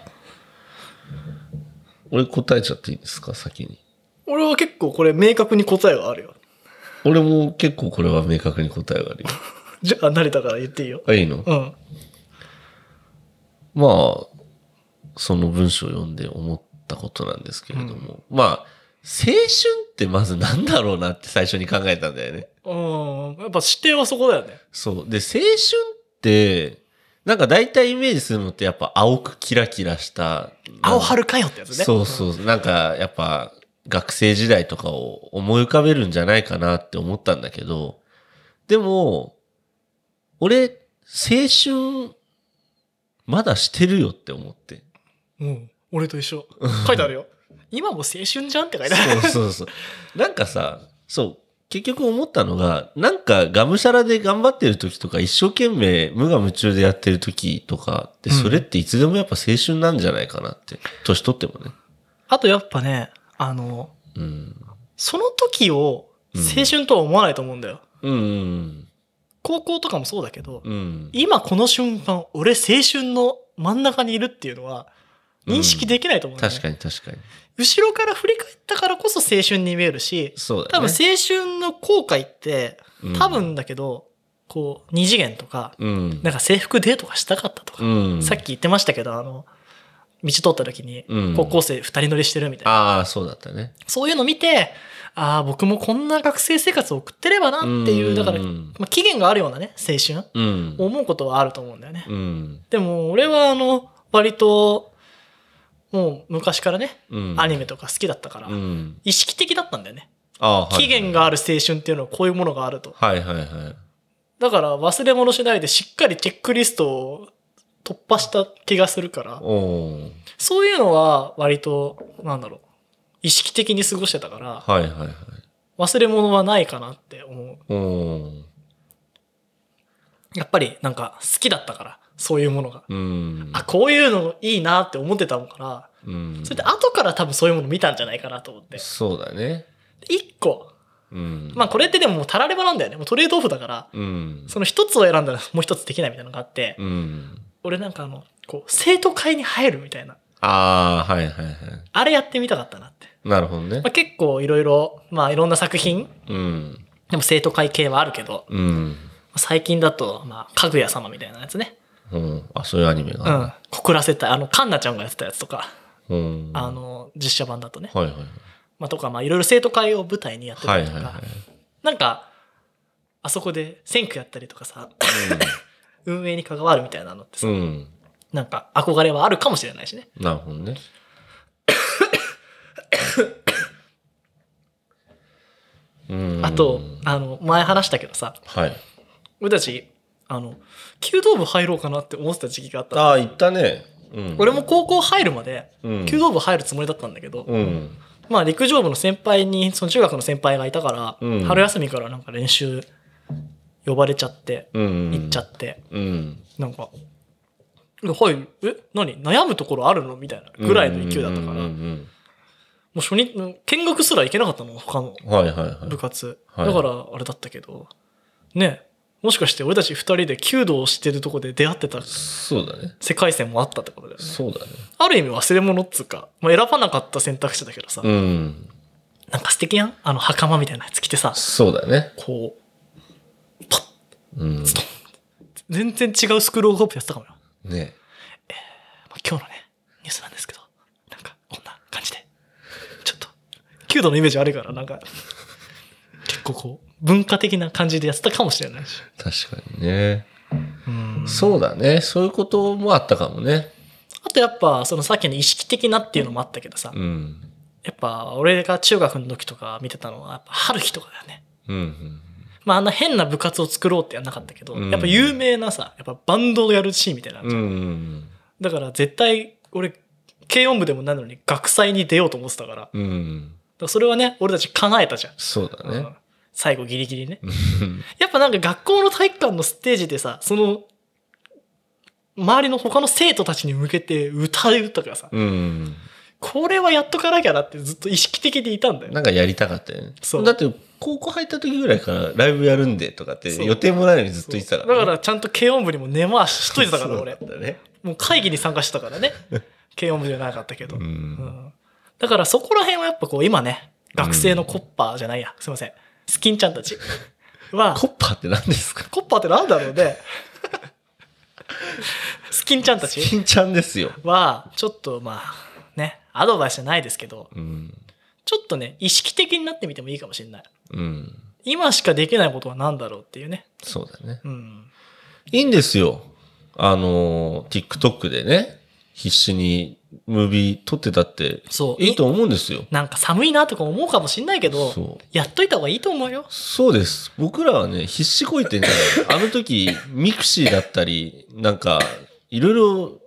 Speaker 1: 俺答えちゃっていいですか先に。
Speaker 2: 俺は結構これ明確に答えがあるよ。
Speaker 1: 俺も結構これは明確に答えがあるよ。
Speaker 2: じゃあ、慣れたから言っていいよ。
Speaker 1: あ、いいの
Speaker 2: うん。
Speaker 1: まあ、その文章を読んで思ったことなんですけれども、まあ、青春ってまずなんだろうなって最初に考えたんだよね。
Speaker 2: うん。やっぱ指定はそこだよね。
Speaker 1: そう。で、青春って、なんか大体イメージするのってやっぱ青くキラキラした。
Speaker 2: 青春かよってやつね。
Speaker 1: そうそう。なんかやっぱ学生時代とかを思い浮かべるんじゃないかなって思ったんだけど、でも、俺、青春、まだしてるよって思って。
Speaker 2: うん。俺と一緒。書いてあるよ。今も青春じゃんって書いてある。
Speaker 1: そうそうそう。なんかさ、そう、結局思ったのが、なんかがむしゃらで頑張ってる時とか、一生懸命無我夢中でやってる時とかって、
Speaker 2: うん
Speaker 1: それっていつでもやっぱ青春なんじゃないかなって。年取ってもね。
Speaker 2: (laughs) あとやっぱね、あの、
Speaker 1: うん。
Speaker 2: その時を青春とは思わないと思うんだよ。
Speaker 1: うんうん
Speaker 2: 高校とかもそうだけど、
Speaker 1: うん。うん。
Speaker 2: 今この瞬間、俺青春の真ん中にいるっていうのは、認識できないと思うんだよね
Speaker 1: 確かに確かに。
Speaker 2: 後ろから振り返ったからこそ青春に見えるし、
Speaker 1: そうだ
Speaker 2: 多
Speaker 1: ね。
Speaker 2: 分青春の後悔って、
Speaker 1: うん
Speaker 2: 多分だけど、こう、二次元とか、
Speaker 1: うん。
Speaker 2: なんか制服デートがしたかったとか、
Speaker 1: うん。
Speaker 2: さっき言ってましたけど、あの、道通った時に
Speaker 1: うん、
Speaker 2: 高校生二人乗りしてるみたいな。
Speaker 1: ああ、そうだったね。
Speaker 2: そういうの見て、ああ、僕もこんな学生生活を送ってればなっていう、だから、
Speaker 1: う
Speaker 2: ま
Speaker 1: ん。
Speaker 2: あ、期限があるようなね、青春、
Speaker 1: うん。
Speaker 2: 思うことはあると思うんだよね。
Speaker 1: うん。
Speaker 2: でも、俺はあの、割と、もう昔からね、
Speaker 1: うん。
Speaker 2: アニメとか好きだったから、
Speaker 1: うん。
Speaker 2: 意識的だったんだよね。
Speaker 1: ああー、はい。
Speaker 2: 期限がある青春っていうのはこういうものがあると。
Speaker 1: はいはいはい。
Speaker 2: だから忘れ物しないでしっかりチェックリストを突破した気がするから、
Speaker 1: おー。
Speaker 2: そういうのは割と、なんだろう、意識的に過ごしてたから、
Speaker 1: はいはいはい。
Speaker 2: 忘れ物はないかなって思う。
Speaker 1: おー。
Speaker 2: やっぱりなんか好きだったから、そういうものが。
Speaker 1: うん。
Speaker 2: あ、こういうのいいなって思ってたもんから、
Speaker 1: うん
Speaker 2: それで後から多分そういうもの見たんじゃないかなと思って。
Speaker 1: そうだね。
Speaker 2: 一個。
Speaker 1: うん。
Speaker 2: まあこれってでももうタラレバなんだよね。もうトレードオフだから、
Speaker 1: うん。
Speaker 2: その一つを選んだら (laughs) もう一つできないみたいなのがあって、
Speaker 1: うん。
Speaker 2: 俺なんかあの、こう、生徒会に入るみたいな。
Speaker 1: ああ、はいはいは
Speaker 2: あれやってみたかったなって。
Speaker 1: い。なるほどね
Speaker 2: まあ、。結構いろいろ、まあいろんな作品、
Speaker 1: うん。
Speaker 2: でも生徒会系はあるけど、
Speaker 1: うん。
Speaker 2: 最近だと、まあ、かぐや様みたいなやつね。
Speaker 1: うん。あ、そういうアニメ
Speaker 2: う
Speaker 1: が。
Speaker 2: ん。告らせたい。あの、カンナちゃんがやってたやつとか、
Speaker 1: うん。
Speaker 2: あの、実写版だとね。
Speaker 1: はいはいはい。
Speaker 2: まあ、とか、まあ、いろいろ生徒会を舞台にやってた
Speaker 1: はい
Speaker 2: りと
Speaker 1: はい
Speaker 2: か
Speaker 1: は、
Speaker 2: なんか、あそこで選挙やったりとかさ、
Speaker 1: い。
Speaker 2: (laughs) 運営に関わるみたいなのってさ
Speaker 1: う、ん。
Speaker 2: なんか憧れはあるかもしれないしね。
Speaker 1: なるほどね。うん。
Speaker 2: (coughs) あと、あの、前話したけどさ、
Speaker 1: はい。
Speaker 2: 俺たちあの弓道部入ろうかなって思ってた時期があった
Speaker 1: ああ、行ったね。うん。
Speaker 2: 俺も高校入るまで
Speaker 1: うん
Speaker 2: 弓道部入るつもりだったんだけど、
Speaker 1: うん。
Speaker 2: まあ陸上部の先輩にその中学の先輩がいたから、
Speaker 1: うん
Speaker 2: 春休みからなんか練習呼ばれちゃって
Speaker 1: うん。
Speaker 2: 行っちゃ
Speaker 1: た。
Speaker 2: って、
Speaker 1: うん。
Speaker 2: なんか「えはいえ何悩むところあるの?」みたいなぐらいの勢いだったから、
Speaker 1: うん
Speaker 2: も
Speaker 1: うん
Speaker 2: う初日の見学すら行けなかったの他の
Speaker 1: うん。はいはいはい。
Speaker 2: 部活、
Speaker 1: はい
Speaker 2: だからあれだったけどねもしかして俺たち2人で弓道をしてるとこで出会ってた
Speaker 1: そうだね。
Speaker 2: 世界線もあったってことだよね。
Speaker 1: そうだね。
Speaker 2: ある意味忘れ物っつうか、まあ、選ばなかった選択肢だけどさ、
Speaker 1: うん。
Speaker 2: なんか素敵やんあの袴みたいなやつ着てさ、
Speaker 1: そうだね。
Speaker 2: こう、パッ
Speaker 1: うん。
Speaker 2: 全然違うスクロールホープやってたかもよ。
Speaker 1: ね
Speaker 2: まあ、今日のね、ニュースなんですけど、なんかこんな感じで、ちょっと、弓道のイメージ悪いから、なんか、結構こう、文化的な感じでやってたかもしれないし。
Speaker 1: 確かにね。そうだね。そういうこともあったかもね。
Speaker 2: あとやっぱ、そのさっきの意識的なっていうのもあったけどさ、
Speaker 1: うん。
Speaker 2: やっぱ俺が中学の時とか見てたのは、やっぱ春日とかだよね。
Speaker 1: うん。
Speaker 2: まああんな変な部活を作ろうってやんなかったけど、
Speaker 1: うん
Speaker 2: やっぱ有名なさ、やっぱバンドをやるシーンみたいなのある
Speaker 1: う
Speaker 2: じゃん、
Speaker 1: ん。
Speaker 2: だから絶対俺、軽音部でもないのに学祭に出ようと思ってたから、だか
Speaker 1: うん。
Speaker 2: らそれはね、俺たち叶えたじゃん。
Speaker 1: そうだ
Speaker 2: う
Speaker 1: ね
Speaker 2: ん。最後ギリギリね。やっぱなんか学校の体育館のステージでさ、その、周りの他の生徒たちに向けて歌うとかさ、
Speaker 1: うん。
Speaker 2: これはやっとかなきゃなってずっと意識的でいたんだよ。
Speaker 1: なんかやりたかったよね。
Speaker 2: そう
Speaker 1: だって、高校入った時ぐらいからライブやるんでとかって
Speaker 2: そう
Speaker 1: 予定もないのにずっと言ってたから、
Speaker 2: だからちゃんと軽音部にも根回ししといてたから
Speaker 1: そうだ
Speaker 2: 俺
Speaker 1: っ。たね。
Speaker 2: もう会議に参加してたか
Speaker 1: (laughs)
Speaker 2: らね。軽音部じゃなかったけど。
Speaker 1: う。
Speaker 2: うんんだからそこら辺はやっぱこう今ね、学生のコッパーじゃないや。すいません。スキンちゃんたちは、
Speaker 1: コッパーって何ですか
Speaker 2: コッパーってなんだろ
Speaker 1: (laughs)
Speaker 2: うね。スキンちゃんたち
Speaker 1: 金ちゃんですよ。
Speaker 2: は、ちょっとまあ、ね、アドバイスじゃないですけど、
Speaker 1: うん。
Speaker 2: ちょっとね、意識的になってみてもいいかもしれない。
Speaker 1: うん。
Speaker 2: 今しかできないことは何だろうっていうね。
Speaker 1: そうだね。
Speaker 2: うん。
Speaker 1: いいんですよ。あのー、TikTok でね、必死にムービー撮ってたって、
Speaker 2: そう
Speaker 1: いいと思うんですよ。
Speaker 2: なんか寒いなとか思うかもしんないけど
Speaker 1: そう、
Speaker 2: やっといた方がいいと思うよ。
Speaker 1: そうです。僕らはね、必死こいてんじゃないあの時、ミクシーだったり、なんか、いろいろ、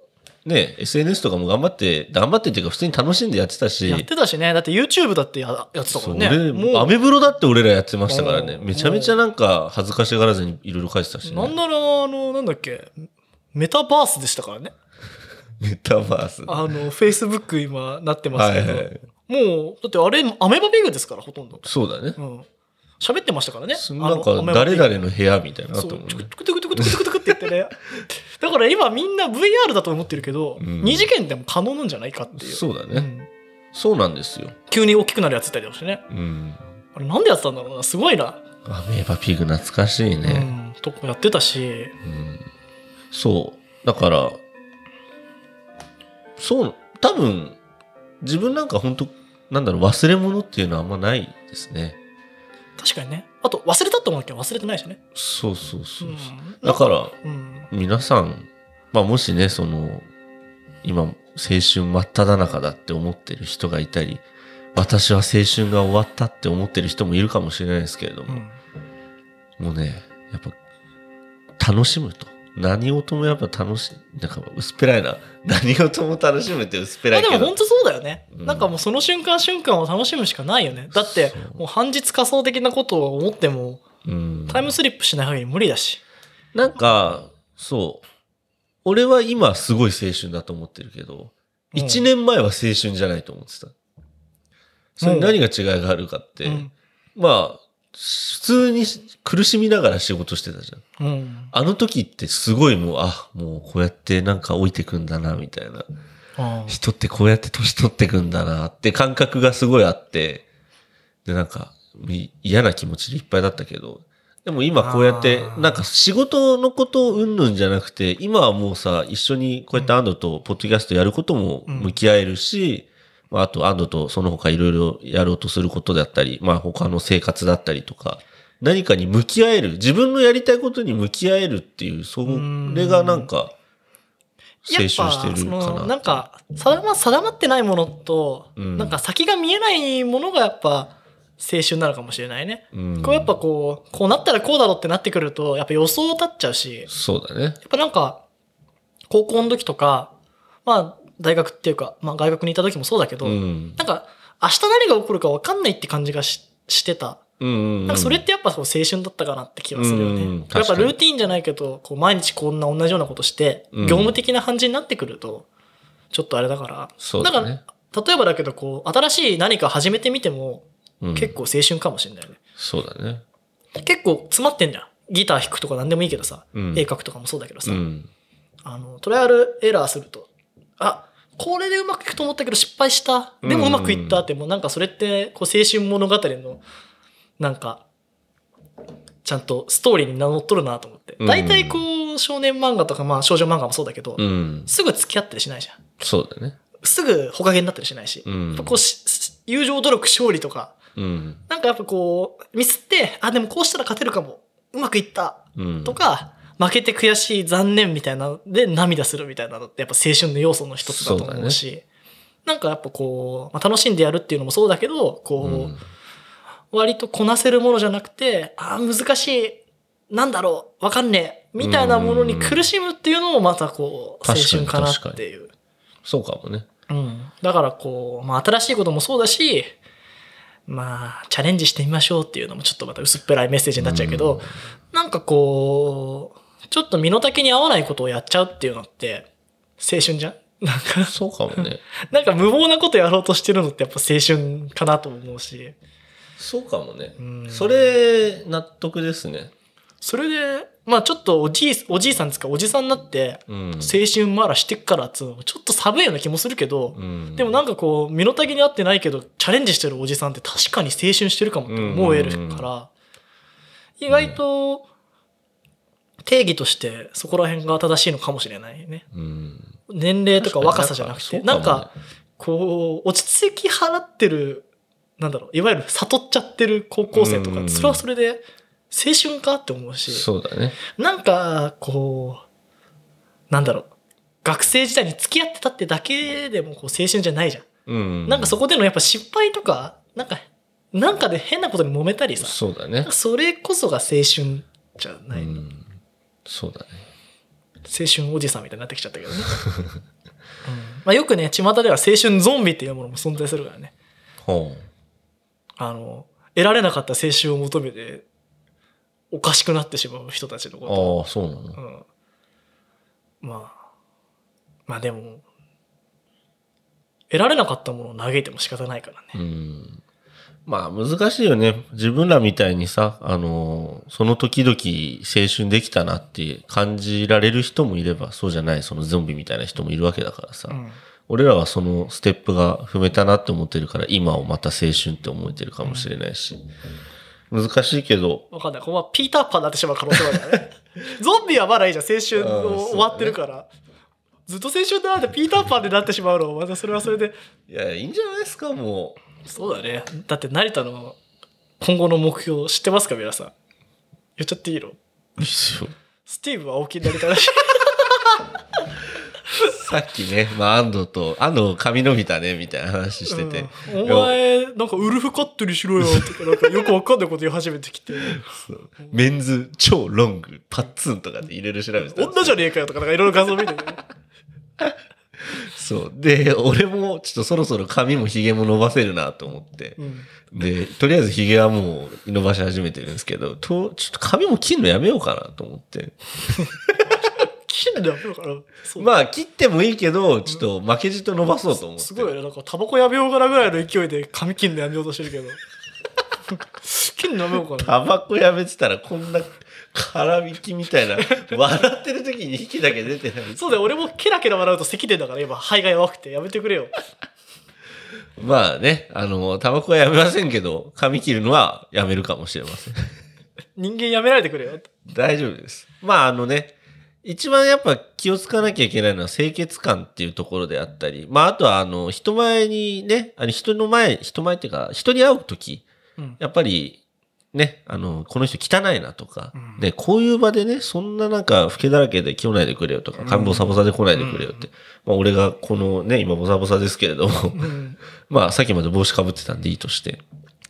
Speaker 1: ね、SNS とかも頑張って、頑張ってっていうか、普通に楽しんでやってたし、
Speaker 2: やってたしね。だって YouTube だってややってたか
Speaker 1: そ
Speaker 2: ら
Speaker 1: う
Speaker 2: ね。
Speaker 1: ね、
Speaker 2: もう、
Speaker 1: アメブロだって俺らやってましたからね、
Speaker 2: うん
Speaker 1: めちゃめちゃなんか、恥ずかしがらずにいろいろ書いてたし、
Speaker 2: なん
Speaker 1: ね。
Speaker 2: なら、あの、なんだっけ、メタバースでしたからね。
Speaker 1: メタバース。
Speaker 2: あの、Facebook 今なってますけど。
Speaker 1: はいはい
Speaker 2: もう、だってあれ、アメバビングですから、ほとんど。
Speaker 1: そうだね
Speaker 2: う。ん。喋ってましたからね。
Speaker 1: そ
Speaker 2: あ
Speaker 1: ん
Speaker 2: の
Speaker 1: なんか
Speaker 2: アメ、バビ
Speaker 1: 誰
Speaker 2: ング
Speaker 1: 々の部屋みたいなのあ
Speaker 2: そ
Speaker 1: っ
Speaker 2: う、
Speaker 1: た
Speaker 2: ト
Speaker 1: もんね
Speaker 2: ゥ。クトゥクトゥクトゥクトゥクトゥクって言ってね。だから今みんな VR だと思ってるけど、
Speaker 1: うん
Speaker 2: 二次元でも可能なんじゃないかっていう。
Speaker 1: そうだ
Speaker 2: う
Speaker 1: ね。
Speaker 2: ん
Speaker 1: そうなんですよ。
Speaker 2: 急に大きくなるやついたりとかしてね。
Speaker 1: うん。
Speaker 2: あれなんでやってたんだろうな、すごいな。
Speaker 1: アメーバピグ懐かしいね。
Speaker 2: うん。とかやってたし、
Speaker 1: うんそう。だから、そう、多分、自分なんか本当なんだろう、忘れ物っていうのはあんまないですね。確
Speaker 2: 確かにね。あと忘れたって思うけど忘れてないしね。
Speaker 1: そうそうそう
Speaker 2: う
Speaker 1: そ
Speaker 2: ん
Speaker 1: う。だから、
Speaker 2: うん。
Speaker 1: 皆さん、まあもしね、その、今、青春真っ只中だって思ってる人がいたり、私は青春が終わったって思ってる人もいるかもしれないですけれど
Speaker 2: う
Speaker 1: も、
Speaker 2: ん
Speaker 1: もうね、やっぱ、楽しむと。何事もやっぱ楽しい。なんか薄っぺらいな。 (laughs) 何事も楽しむって薄っぺ
Speaker 2: ま
Speaker 1: ら
Speaker 2: あ
Speaker 1: いけ
Speaker 2: で
Speaker 1: ど。
Speaker 2: も本当そうだよね。
Speaker 1: うん
Speaker 2: なんかもうその瞬間瞬間を楽しむしかないよね。だって
Speaker 1: そう
Speaker 2: もう半日仮想的なことを思っても
Speaker 1: うん、
Speaker 2: タイムスリップしない限り無理だし。
Speaker 1: なんか、そう。俺は今すごい青春だと思ってるけど、
Speaker 2: うん
Speaker 1: 一年前は青春じゃないと思ってた。それに何が違いがあるかって、
Speaker 2: うん。
Speaker 1: まあ、普通に苦しみながら仕事してたじゃん。
Speaker 2: うん。
Speaker 1: あの時ってすごいもう、あ、もうこうやってなんか置いてくんだな、みたいな。
Speaker 2: あー
Speaker 1: 人ってこうやって年取ってくんだなって感覚がすごいあって、で、なんか、み嫌な気持ちでいっぱいだったけど、でも今こうやって
Speaker 2: あ、ー
Speaker 1: なんか仕事のことをうんぬんじゃなくて、今はもうさ、一緒にこうやって安藤とポッドキャストやることも向き合えるし、まあ、あと安藤とその他いろいろやろうとすることだったり、まあ他の生活だったりとか、何かに向き合える、自分のやりたいことに向き合えるっていう、それがなんか、青春してるか
Speaker 2: やっぱそ
Speaker 1: なっ
Speaker 2: の
Speaker 1: て。
Speaker 2: なんか定ま定まってないものと、
Speaker 1: うん
Speaker 2: なんか先が見えないものがやっぱ青春なのかもしれないね。
Speaker 1: うん
Speaker 2: こうやっぱこうこうなったらこうだろうってなってくるとやっぱ予想立っちゃうし。
Speaker 1: そうだね。
Speaker 2: やっぱなんか、高校の時とか、まあ、大学っていうか、まあ、外学にいた時もそうだけど、
Speaker 1: うん。
Speaker 2: なんか、明日何が起こるか分かんないって感じがししてた。
Speaker 1: うん。
Speaker 2: なんか、それってやっぱこう青春だったかなって気がするよね。
Speaker 1: うん
Speaker 2: やっ
Speaker 1: 確
Speaker 2: ぱ
Speaker 1: かに
Speaker 2: ルーティンじゃないけど、こう、毎日こんな同じようなことして、
Speaker 1: うん
Speaker 2: 業務的な感じになってくると、ちょっとあれだから。
Speaker 1: そうだね
Speaker 2: から、例えばだけど、こう、新しい何か始めてみても、
Speaker 1: うん
Speaker 2: 結構青春かもしれないね。
Speaker 1: そうだね。
Speaker 2: 結構詰まってんじゃん。ギター弾くとか何でもいいけどさ、
Speaker 1: うん
Speaker 2: 絵描くとかもそうだけどさ、
Speaker 1: うん。
Speaker 2: あの、トライアルエラーすると、あ、これでうまくいくと思ったけど失敗した。でもうまくいったって、もうなんかそれって、こう青春物語の、なんか、ちゃんとストーリーに名乗っとるなと思って。
Speaker 1: うん
Speaker 2: 大体こう、少年漫画とか、まあ少女漫画もそうだけど、
Speaker 1: うん。
Speaker 2: すぐ付き合ったりしないじゃん。
Speaker 1: そうだね。
Speaker 2: すぐほかげになったりしないし、
Speaker 1: うん
Speaker 2: こうしし友情努力勝利とか、
Speaker 1: うん。
Speaker 2: なんかやっぱこう、ミスって、あ、でもこうしたら勝てるかも。うまくいった。
Speaker 1: うん。
Speaker 2: とか、負けて悔しい、残念みたいなので涙するみたいなのってやっぱ青春の要素の一つだと思うし、なんかやっぱこう、まあ、楽しんでやるっていうのもそうだけど、こう、
Speaker 1: うん
Speaker 2: 割とこなせるものじゃなくて、ああ、難しい、なんだろう、わかんねえ、みたいなものに苦しむっていうのもまたこう、青
Speaker 1: 確か
Speaker 2: 春
Speaker 1: に
Speaker 2: かなっていう。
Speaker 1: そうかもね。
Speaker 2: うん。だからこう、まあ新しいこともそうだし、まあ、チャレンジしてみましょうっていうのもちょっとまた薄っぺらいメッセージになっちゃうけど、なんかこう、ちょっと身の丈に合わないことをやっちゃうっていうのって、青春じゃん (laughs) なんか、
Speaker 1: そうかもね。
Speaker 2: (laughs) なんか無謀なことやろうとしてるのってやっぱ青春かなと思うし、
Speaker 1: そうかもね
Speaker 2: うん。
Speaker 1: それ、納得ですね。
Speaker 2: それで、まあちょっとおじい、おじいさんですか、おじさんになって、
Speaker 1: うん。
Speaker 2: 青春マラしてっからっつうのもちょっと寒いような気もするけど、
Speaker 1: うん
Speaker 2: でもなんかこう身の丈に合ってないけどチャレンジしてるおじさんって確かに青春してるかもって思えるから、
Speaker 1: うんうん
Speaker 2: 意外と定義としてそこら辺が正しいのかもしれないね
Speaker 1: うん。
Speaker 2: 年齢とか若さじゃなくて
Speaker 1: 確
Speaker 2: な
Speaker 1: か
Speaker 2: ん
Speaker 1: に
Speaker 2: か、こう落ち着き払ってるなんだろういわゆる悟っちゃってる高校生と
Speaker 1: う
Speaker 2: か
Speaker 1: ん
Speaker 2: それはそれで青春かって思うし
Speaker 1: そうだね。
Speaker 2: なんか、こう、なんだろう。学生時代に付き合ってたってだけでもこう青春じゃないじゃん。
Speaker 1: うん。
Speaker 2: なんかそこでのやっぱ失敗とか、なんか、なんかで変なことに揉めたりさ。
Speaker 1: そうだ
Speaker 2: な
Speaker 1: ね
Speaker 2: んか。それこそが青春じゃない、
Speaker 1: うん。そうだね。
Speaker 2: 青春おじさんみたいになってきちゃった
Speaker 1: (laughs)
Speaker 2: けどね。うんまあ、よくね、巷では青春ゾンビっていうものも存在するからね。
Speaker 1: ほ
Speaker 2: あの、得られなかった青春を求めて、おかしくなってしまう人たちのことを
Speaker 1: う。ああ、そうなの。
Speaker 2: うんまあ、まあでも、得られなかったものを嘆いても仕方ないからね。
Speaker 1: うんまあ難しいよね。自分らみたいにさ、あのーその時々青春できたなって感じられる人もいれば、そうじゃない、そのゾンビみたいな人もいるわけだからさ。
Speaker 2: うん
Speaker 1: 俺らはそのステップが踏めたなって思ってるから、今をまた青春って思えてるかもしれないし。難しいけど、
Speaker 2: わかんない。ここはピーターパンになってしまう可能性もあるからね。ゾンビはまだいいじゃん。青春
Speaker 1: うん
Speaker 2: を
Speaker 1: そうだね
Speaker 2: 終わってるから。ずっと青春だってピーターパンでなってしまうのまたそれはそれで。
Speaker 1: いや、いいんじゃないですか、も
Speaker 2: そうだね。だって成田の今後の目標知ってますか皆さん。言っちゃっていいの
Speaker 1: う。いいっすよ。
Speaker 2: スティーブは青木になりたいらしい。
Speaker 1: さっきね、まあ安藤と、安藤髪伸びたね、みたいな話してて。
Speaker 2: うんお前、なんかウルフカットにしろよとか、なんかよくわかんないこと言い始めてきて。
Speaker 1: そうメンズ超ロング、パッツンとかでいろいろ調べてたんですよ
Speaker 2: 女じゃねえかよとか、なんかいろいろ画像見て、ね、
Speaker 1: そう。で、俺もちょっとそろそろ髪もヒゲも伸ばせるなと思って。
Speaker 2: うん。
Speaker 1: で、とりあえずヒゲはもう伸ばし始めてるんですけど、とちょっと髪も切るのやめようかなと思って。
Speaker 2: 金だよ、だから。そう
Speaker 1: まあ、切ってもいいけど、ちょっと負けじと伸ばそうと思って。
Speaker 2: すごいよね。なんか、タバコやめようかなぐらいの勢いで、髪切るのやめようとしてるけど。金のやめようかな。
Speaker 1: タバコやめてたらこんな空引きみたいな、笑ってる時に息だけ出てない。
Speaker 2: そうだよ、俺もケラケラ笑うと咳出んだから、今、肺が弱くて、やめてくれよ。
Speaker 1: まあね、あの、タバコはやめませんけど、髪切るのはやめるかもしれません。
Speaker 2: 人間やめないでくれよ。
Speaker 1: 大丈夫です。まああのね、一番やっぱ気をつかなきゃいけないのは清潔感っていうところであったり、まああとはあの人前にね、あの人の前、人前っていうか人に会うとき、
Speaker 2: うん
Speaker 1: やっぱりね、あの、この人汚いなとか、
Speaker 2: うん
Speaker 1: ね、こういう場でね、そんななんか老けだらけで来ないでくれよとか、髪ボサボサで来ないでくれよって、まあ俺がこのね、今ボサボサですけれども、
Speaker 2: うん。
Speaker 1: (laughs) まあ、さっきまで帽子かぶってたんでいいとして。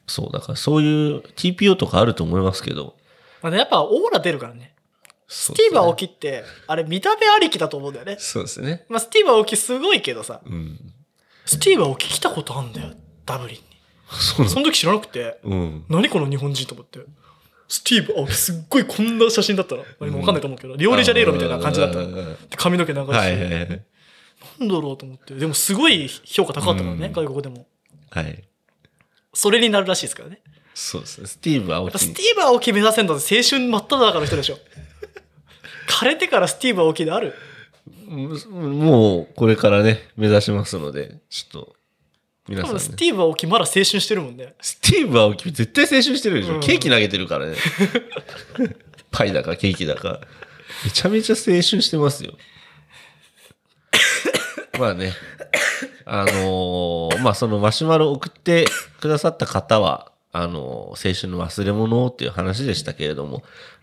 Speaker 1: そう、だからそういう TPO とかあると思いますけど。
Speaker 2: まあね、やっぱ、オーラ出るからね。
Speaker 1: ス
Speaker 2: スティーブは青木って、あれ、見た目ありきだと思うんだよね。
Speaker 1: そうですね。
Speaker 2: まあ、スティーブは青木すごいけどさ、
Speaker 1: うん。
Speaker 2: スティーブは青木来たことあんだよ、ダブリンに。
Speaker 1: そうな
Speaker 2: そ
Speaker 1: の
Speaker 2: の時知らなくて。
Speaker 1: うん。
Speaker 2: 何この日本人と思って。スティーブ、あ、すっごいこんな写真だったら、今わかんないと思うけど、リオデジャネイロみたいな感じだった
Speaker 1: うんうんうんうん
Speaker 2: の。で髪の毛長いし、
Speaker 1: はいはいはい。
Speaker 2: なんだろうと思って。でもすごい評価高かったからね、
Speaker 1: うん
Speaker 2: 外国でも。
Speaker 1: はい。
Speaker 2: それになるらしいですからね。
Speaker 1: そうですね。スティーブ・アオ
Speaker 2: やっぱ
Speaker 1: キ
Speaker 2: スティーブ・アオキ目指せんだって青春真っ只中の人
Speaker 1: (laughs)
Speaker 2: でしょ。枯れてからスティーブ・アオキである。
Speaker 1: うんもう、これからね、目指しますので、ちょっと、皆
Speaker 2: 多
Speaker 1: さん、
Speaker 2: 分
Speaker 1: ね。
Speaker 2: スティーブ・アオキまだ青春してるもんね。
Speaker 1: スティーブ・アオキ、絶対青春してるでしょ。
Speaker 2: うん
Speaker 1: ケーキ投げてるから (laughs) ね。パイだかケーキだか。めちゃめちゃ青春してますよ。 (coughs) まあね。あのーまあそのマシュマロ送ってくださった方は、あのー青春の忘れ物をっていう話でしたけれども、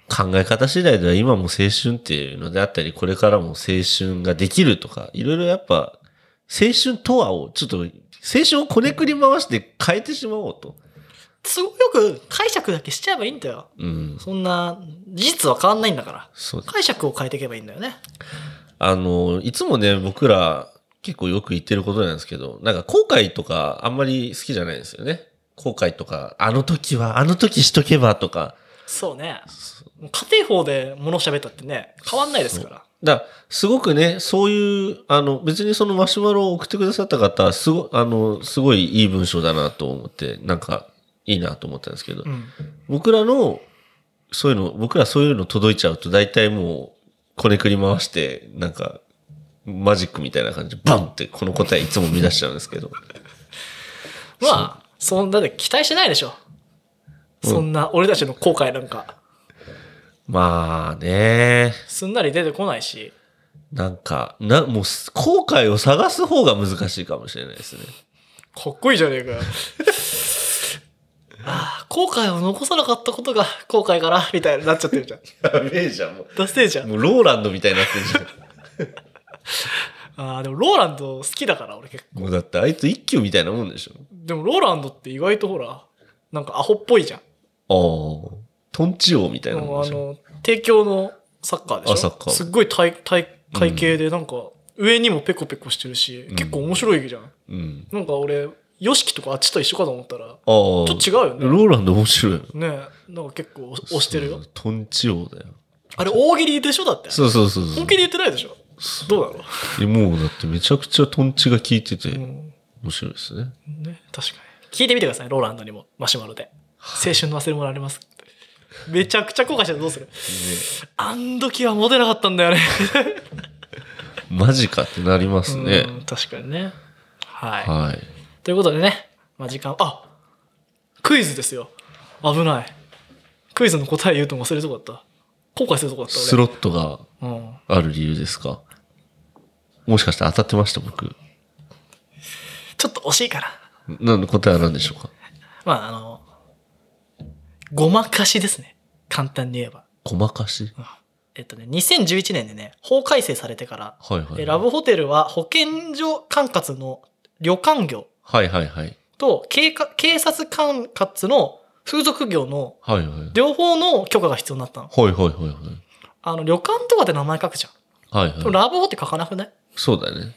Speaker 1: 考え方次第では今も青春っていうのであったり、これからも青春ができるとか、いろいろやっぱ、青春とはを、ちょっと、青春をこねくり回して変えてしまおうと。
Speaker 2: 都合よく解釈だけしちゃえばいいんだよ。
Speaker 1: うん。
Speaker 2: そんな、事実は変わんないんだから。
Speaker 1: そう
Speaker 2: 解釈を変えていけばいいんだよね。
Speaker 1: あの、いつもね、僕ら結構よく言ってることなんですけど、なんか後悔とかあんまり好きじゃないんですよね。後悔とか、あの時は、あの時しとけばとか。
Speaker 2: そうね。もう家庭法で物喋ったってね、変わんないですから。
Speaker 1: だからすごくね、そういう、あの、別にそのマシュマロを送ってくださった方、すご、あの、すごいいい文章だなと思って、なんか、いいなと思ったんですけど、
Speaker 2: うん。
Speaker 1: 僕らの、そういうの、僕らそういうの届いちゃうと、大体もう、こねくり回して、なんか、マジックみたいな感じで、バンってこの答えいつも見出しちゃうんですけ (laughs) ど。
Speaker 2: まあ、そんだって期待してないでしょ。
Speaker 1: うん
Speaker 2: そんな、俺たちの後悔なんか、
Speaker 1: まあね、
Speaker 2: すんなり出てこないし、
Speaker 1: なんか、な、もうす、後悔を探す方が難しいかもしれないですね。
Speaker 2: かっこいいじゃねえかよ。 (laughs) ああ、後悔を残さなかったことが後悔かな、みたいになっちゃってるじゃん。
Speaker 1: やべえじゃん、も
Speaker 2: (laughs) ダセえじゃ
Speaker 1: う。
Speaker 2: ん。
Speaker 1: もう、ローランドみたいになってるじゃん。
Speaker 2: ああ、でもローランド好きだから、俺結構。
Speaker 1: もうだってあいつ一休みたいなもんでし
Speaker 2: でもローランドって意外とほら、なんかアホっぽいじゃん。
Speaker 1: ょ。ああ。トンチ王みたいな
Speaker 2: も
Speaker 1: もん
Speaker 2: う
Speaker 1: で
Speaker 2: あ
Speaker 1: しょ。
Speaker 2: の、帝京のサッカーでしょ
Speaker 1: あサッカー
Speaker 2: すっごい体体体型で、なんか、上にもペコペコしてるし、
Speaker 1: ん
Speaker 2: 結構面白いじゃん。
Speaker 1: うん。
Speaker 2: なんか俺、ヨシキとかあっちと一緒かと思ったら、
Speaker 1: ああ。
Speaker 2: ちょっと違うよね。
Speaker 1: ローランド面白いよ。
Speaker 2: ねえなんか結構押してるよ
Speaker 1: そう。トンチ王だよ。
Speaker 2: あれ大喜利でしょだって。
Speaker 1: そうそうそうそう
Speaker 2: 本気で言ってないでしょどうなの、
Speaker 1: いやもうだってめちゃくちゃトンチが効いてて、
Speaker 2: うん
Speaker 1: 面白いですね。
Speaker 2: ね、確かに。聞いてみてください、ローランドにも、マシュマロで。青春の忘れ物あります。めちゃくちゃ後悔してどうするあん時はモテなかったんだよね。
Speaker 1: マジかってなりますね。
Speaker 2: うん確かに (laughs) ね。はい。
Speaker 1: はい。
Speaker 2: ということでね、まあ、時間、あクイズですよ。危ない。クイズの答え言うと忘れるとこだった。後悔するとこだった、俺。
Speaker 1: スロットが
Speaker 2: うん。
Speaker 1: ある理由ですかもしかして当たってました僕。
Speaker 2: ちょっと惜しいから。
Speaker 1: なんで答えは何でしょうか
Speaker 2: まあ、あの、ごまかしですね。簡単に言えば。
Speaker 1: ごまかし
Speaker 2: えっとね、2011年でね、法改正されてから、
Speaker 1: はいはい。
Speaker 2: えラブホテルは保健所管轄の旅館業
Speaker 1: はいはいはい。
Speaker 2: と警か警察管轄の風俗業の
Speaker 1: はいはい。はい
Speaker 2: 両方の許可が必要になったの。
Speaker 1: はいはいはい。
Speaker 2: あの、旅館とかで名前書くじゃん。
Speaker 1: はい
Speaker 2: で
Speaker 1: は
Speaker 2: も
Speaker 1: い。
Speaker 2: ラブホって書かなくない
Speaker 1: そうだね。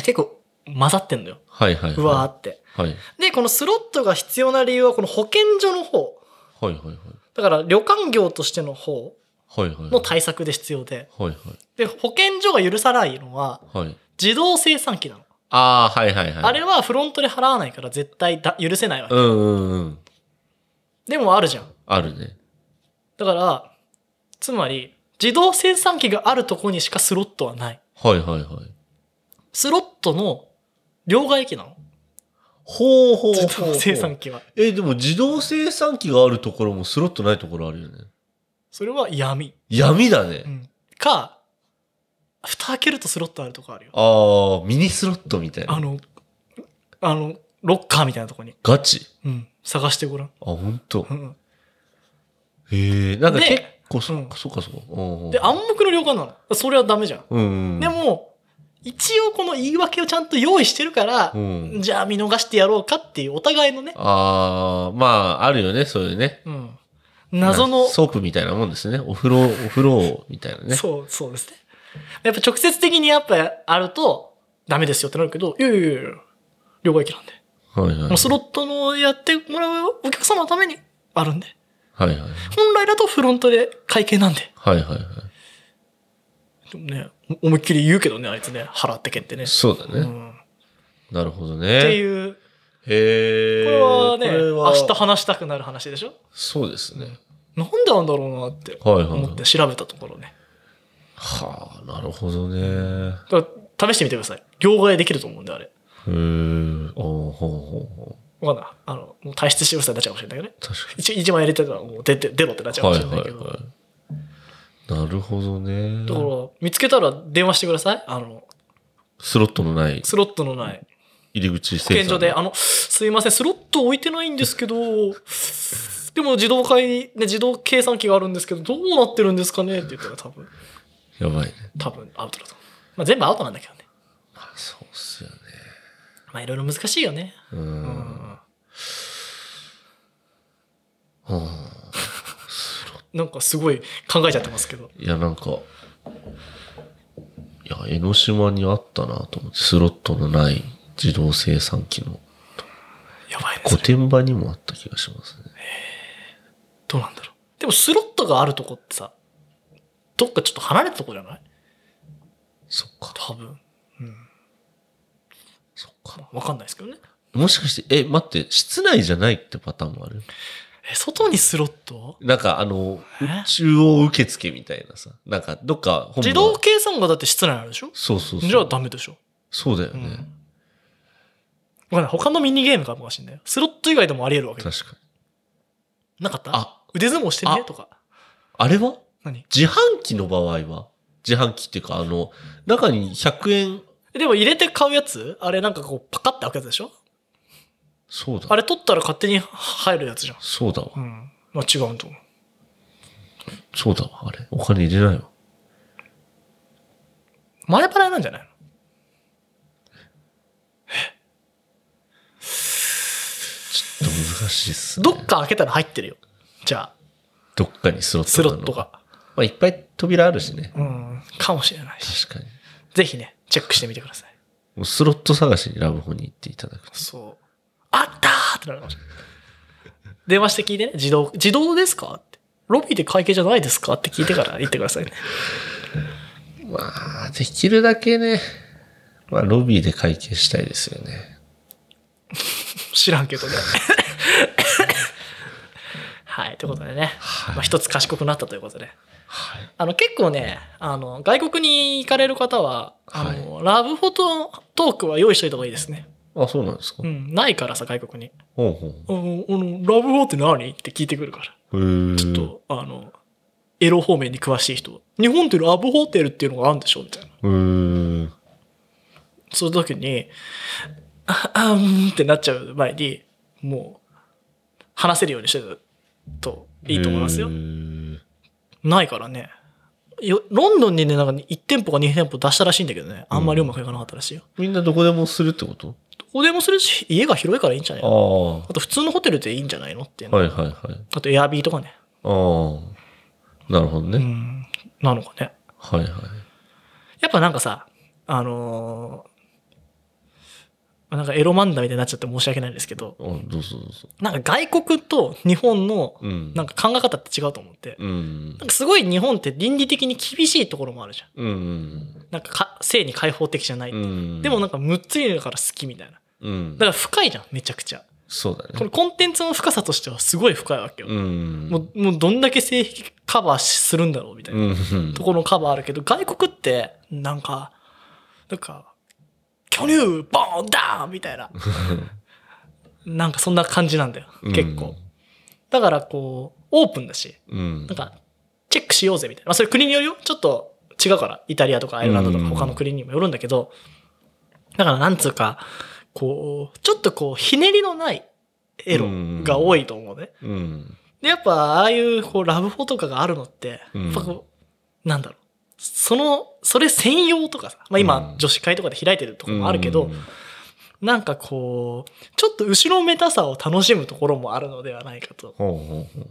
Speaker 2: 結構混ざってんのよ。
Speaker 1: はいはい、はい。
Speaker 2: うわーって。
Speaker 1: はい。
Speaker 2: で、このスロットが必要な理由はこの保健所の方。
Speaker 1: はいはいはい。
Speaker 2: だから旅館業としての方
Speaker 1: はいはい。
Speaker 2: の対策で必要で。
Speaker 1: はい
Speaker 2: で、保健所が許さないのは
Speaker 1: はい。はい。
Speaker 2: 自動生産機なの。
Speaker 1: ああ、はいはいはい。
Speaker 2: あれはフロントで払わないから絶対だ許せないわけ
Speaker 1: う。んうんうん。
Speaker 2: でもあるじゃん。
Speaker 1: あるね。
Speaker 2: だから、つまり自動生産機があるとこにしかスロットはない。
Speaker 1: はいはいはい。
Speaker 2: スロットの両替機なの。
Speaker 1: ほうほう
Speaker 2: 自
Speaker 1: ほうほ
Speaker 2: 動
Speaker 1: う。
Speaker 2: 生産機は。
Speaker 1: え、でも自動生産機があるところもスロットないところあるよね。
Speaker 2: それは闇。
Speaker 1: 闇だね。
Speaker 2: うんか、蓋開けるとスロットあるとこあるよ。
Speaker 1: ああ、ミニスロットみたい
Speaker 2: あ
Speaker 1: な。
Speaker 2: の、あの、ロッカーみたいなとこに。
Speaker 1: ガチ。
Speaker 2: うん。探してごらん。
Speaker 1: あ、ほんと
Speaker 2: う。ん。
Speaker 1: へえ、なんか
Speaker 2: で
Speaker 1: 結構、そっ
Speaker 2: う
Speaker 1: かそっかそっか。うんうん
Speaker 2: で、暗黙の了解なの。それはダメじゃん。
Speaker 1: うんうん。
Speaker 2: で、も、一応この言い訳をちゃんと用意してるから
Speaker 1: う、ん。
Speaker 2: じゃあ見逃してやろうかっていうお互いのね、
Speaker 1: ああ、まあ、あるよね、そういうね。
Speaker 2: うん。謎の、
Speaker 1: ソープみたいなもんですね。お風呂、お風呂みたいなね。
Speaker 2: そう、そうですね。やっぱ直接的にやっぱあると、ダメですよってなるけど、いやいやいやいや両替機なんで。
Speaker 1: はいはい。
Speaker 2: もうスロットのやってもらうお客様のためにあるんで。
Speaker 1: はいはい。
Speaker 2: 本来だとフロントで会計なんで。
Speaker 1: はいはいはい。
Speaker 2: でもね、思いっきり言うけどね、あいつね、払ってけってね。
Speaker 1: そうだ
Speaker 2: う
Speaker 1: ね。
Speaker 2: ん、っ
Speaker 1: なるほどね。
Speaker 2: て
Speaker 1: う。
Speaker 2: いう、
Speaker 1: へえ。
Speaker 2: これはね、
Speaker 1: これは
Speaker 2: 明日話したくなる話でしょ
Speaker 1: そうですね。
Speaker 2: なんでなんだろうなって
Speaker 1: はいはい
Speaker 2: 思って調べたところね。
Speaker 1: はあ、なるほどね。
Speaker 2: だから試してみてください。両替できると思うんで、あれ。
Speaker 1: へえ。ああ、ほうほうほう。
Speaker 2: わかんない。あの、もう体質渋さになっちゃうかもしれないけどね。
Speaker 1: 確かに。
Speaker 2: 一一枚入れてたらもう出て、出ろってなっちゃうか
Speaker 1: は
Speaker 2: も
Speaker 1: いは
Speaker 2: しれな
Speaker 1: い
Speaker 2: いけど。
Speaker 1: はい。なるほどね。
Speaker 2: だから、見つけたら電話してください。あの、
Speaker 1: スロットのない
Speaker 2: スロットのない
Speaker 1: 入り口保
Speaker 2: 保健所で、あの、すいません、スロット置いてないんですけど、ででも自動化に、ね、自動計算機があるんですけど、どうなってるんですかねって言ったら多分、
Speaker 1: やばいね。
Speaker 2: 多分アウトだと思う。まあ全部アウトなんだけどね。
Speaker 1: あそうっすよね。
Speaker 2: まあいろいろ難しいよね。
Speaker 1: うーん。
Speaker 2: うん
Speaker 1: うん
Speaker 2: なんかすごい考えちゃってますけど。
Speaker 1: いや、なんか、いや、江ノ島にあったなと思って、スロットのない自動生産機の
Speaker 2: やばいね。そ
Speaker 1: 古
Speaker 2: れ
Speaker 1: 典場にもあった気がしますね。
Speaker 2: どうなんだろう。でもスロットがあるとこってさ、どっかちょっと離れたとこじゃない
Speaker 1: そっか、
Speaker 2: 多分。うん。
Speaker 1: そっか。
Speaker 2: まあわかんないですけどね。
Speaker 1: もしかして、え、待って、室内じゃないってパターンもある
Speaker 2: え、外にスロット
Speaker 1: なんかあの
Speaker 2: え、
Speaker 1: 中央受付みたいなさ、なんかどっか本部
Speaker 2: 自動計算がだって室内あるでしょ
Speaker 1: そうそうそう。
Speaker 2: じゃあダメでしょ。
Speaker 1: そうだよ
Speaker 2: うん。わ
Speaker 1: ね。
Speaker 2: かんない。他のミニゲームかもしれないよ。スロット以外でもあり得るわけだよ
Speaker 1: 確かに。
Speaker 2: なかった
Speaker 1: あ
Speaker 2: 腕相撲して
Speaker 1: あ
Speaker 2: ねとか。
Speaker 1: あれは
Speaker 2: 何
Speaker 1: 自販機の場合は自販機っていうか、あの、中に100円、
Speaker 2: でも入れて買うやつあれなんかこうパカって開くやつでしょ
Speaker 1: そうだ。
Speaker 2: あれ取ったら勝手に入るやつじゃん。
Speaker 1: そうだわ
Speaker 2: う。ん。まあ違うんと思う。
Speaker 1: そうだわ、あれ。お金入れないわ。
Speaker 2: 前払いなんじゃないの
Speaker 1: ちょっと難しいっす、ね。
Speaker 2: どっか開けたら入ってるよ。じゃあ、
Speaker 1: どっかにスロット
Speaker 2: スロ
Speaker 1: がある
Speaker 2: ッ
Speaker 1: の
Speaker 2: ト。が。
Speaker 1: まあ、いっぱい扉あるしね。
Speaker 2: うん。かもしれないし。
Speaker 1: 確かに。
Speaker 2: ぜひね、チェックしてみてください。
Speaker 1: もうスロット探しにラブホに行っていただくと。
Speaker 2: そう。あったーってなるかもしれない。電話して聞いてね。自動、自動ですかって。ロビーで会計じゃないですかって聞いてから言ってくださいね。
Speaker 1: まあ、できるだけね、まあ、ロビーで会計したいですよね。
Speaker 2: (laughs) 知らんけどね。 (laughs) はい、ということでね。
Speaker 1: はい
Speaker 2: まあ、一つ賢くなったということで。
Speaker 1: はい。
Speaker 2: あの、結構ね、あの、外国に行かれる方は、あの、ラブフォトトークは用意しといた方がいいですね。
Speaker 1: あ、そうなんですか、
Speaker 2: うん、ないからさ、外国に。
Speaker 1: ほうほ
Speaker 2: あの、あのラブフォって何って聞いてくるから。
Speaker 1: う。へえ。
Speaker 2: ちょっと、あの、エロ方面に詳しい人。日本ってラブホテルっていうのがあるんでしょみたいな。
Speaker 1: へー
Speaker 2: その時に、あ、あうんってなっちゃう前に、もう、話せるようにしてるといいと思いますよ
Speaker 1: へ。ー
Speaker 2: ないからね。よロンドンにね、なんか1店舗か2店舗出したらしいんだけどね。あんまりうまくいかなかったらしいよ。
Speaker 1: みんなどこでもするってこと
Speaker 2: どこでもするし、家が広いからいいんじゃない
Speaker 1: あ
Speaker 2: の
Speaker 1: あ。は
Speaker 2: あと普通のホテルでいいんじゃないのっていう
Speaker 1: い
Speaker 2: の。
Speaker 1: はいはい。
Speaker 2: あとエアビーとかね。
Speaker 1: ああ。なるほどね。
Speaker 2: うん。なのかね。
Speaker 1: はいはい。
Speaker 2: やっぱなんかさ、あのーなんかエロ漫画みたいになっちゃって申し訳ないんですけど、
Speaker 1: あどうぞどうぞ。
Speaker 2: なんか外国と日本の
Speaker 1: うん。
Speaker 2: なんか考え方って違うと思って、
Speaker 1: うん
Speaker 2: な。んかすごい日本って倫理的に厳しいところもあるじゃん。
Speaker 1: うん。
Speaker 2: なんかか性に開放的じゃない。
Speaker 1: うん。
Speaker 2: でもなんかむっつりだから好きみたいな。
Speaker 1: うん
Speaker 2: だか。ら深いじゃん、めちゃくちゃ。
Speaker 1: そうだ
Speaker 2: こ
Speaker 1: ね。
Speaker 2: のコンテンツの深さとしてはすごい深いわけよ。
Speaker 1: うん。
Speaker 2: もうもうどんだけ性癖カバーするんだろうみたいな。
Speaker 1: うん。
Speaker 2: ところのカバーあるけど、外国って、なんか、なんか、巨乳、ボーン、ダーンみた
Speaker 1: (laughs)
Speaker 2: いな、なんかそんな感じなんだよ、結構。だからこう、オープンだし、
Speaker 1: うん。
Speaker 2: なんか、チェックしようぜみたいな。まあそれ国によるよ。ちょっと違うから、イタリアとかアイルランドとか
Speaker 1: うん
Speaker 2: 他の国にもよるんだけど、だからなんつうか、こう、ちょっとこう、ひねりのないエロが多いと思うね。
Speaker 1: うん。
Speaker 2: で、やっぱ、ああいう、こう、ラブフォとかがあるのって、
Speaker 1: うん
Speaker 2: やっぱこう、なんだろう。その、それ専用とかさ、まあ今、
Speaker 1: うん
Speaker 2: 女子会とかで開いてるとこもあるけど、なんかこう、ちょっと後ろめたさを楽しむところもあるのではないかと。
Speaker 1: ほうほうほう。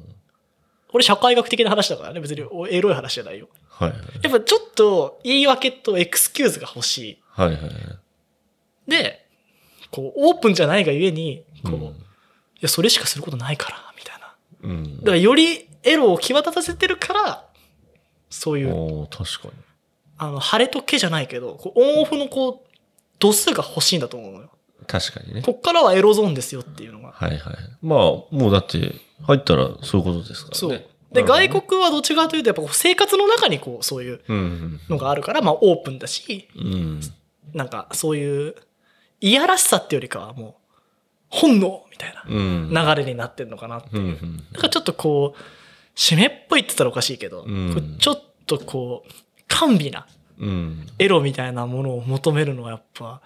Speaker 2: これ社会学的な話だからね、別におエロい話じゃないよ。
Speaker 1: はい
Speaker 2: やっぱちょっと言い訳とエクスキューズが欲し
Speaker 1: はい。はいはい。
Speaker 2: い。で、こう、オープンじゃないがゆえに、こう、
Speaker 1: う
Speaker 2: いや、それしかすることないから、みたいな。
Speaker 1: うん
Speaker 2: だか。らよりエロを際立たせてるから、そういう
Speaker 1: おお確かに。
Speaker 2: あの、晴れとけじゃないけど、こうオンオフのこう、度数が欲しいんだと思うのよ。
Speaker 1: 確かにね。
Speaker 2: こっからはエロゾーンですよっていうのが。
Speaker 1: はいはい。まあ、もうだって、入ったらそういうことですからね。
Speaker 2: そう。で、外国はどっちかというと、やっぱこう生活の中にこう、そういう
Speaker 1: うん。
Speaker 2: のがあるから、まあオープンだし、
Speaker 1: うん。
Speaker 2: なんかそういう、いやらしさっていうよりかはもう、本能みたい
Speaker 1: うん。
Speaker 2: な流れになってるのかなって
Speaker 1: う
Speaker 2: いう。
Speaker 1: ん。
Speaker 2: なんかちょっとこう、締めっぽいって言ったらおかしいけど、
Speaker 1: うん
Speaker 2: こうちょっとこう、甘美な
Speaker 1: うん。
Speaker 2: エロみたいなものを求めるのはやっぱ、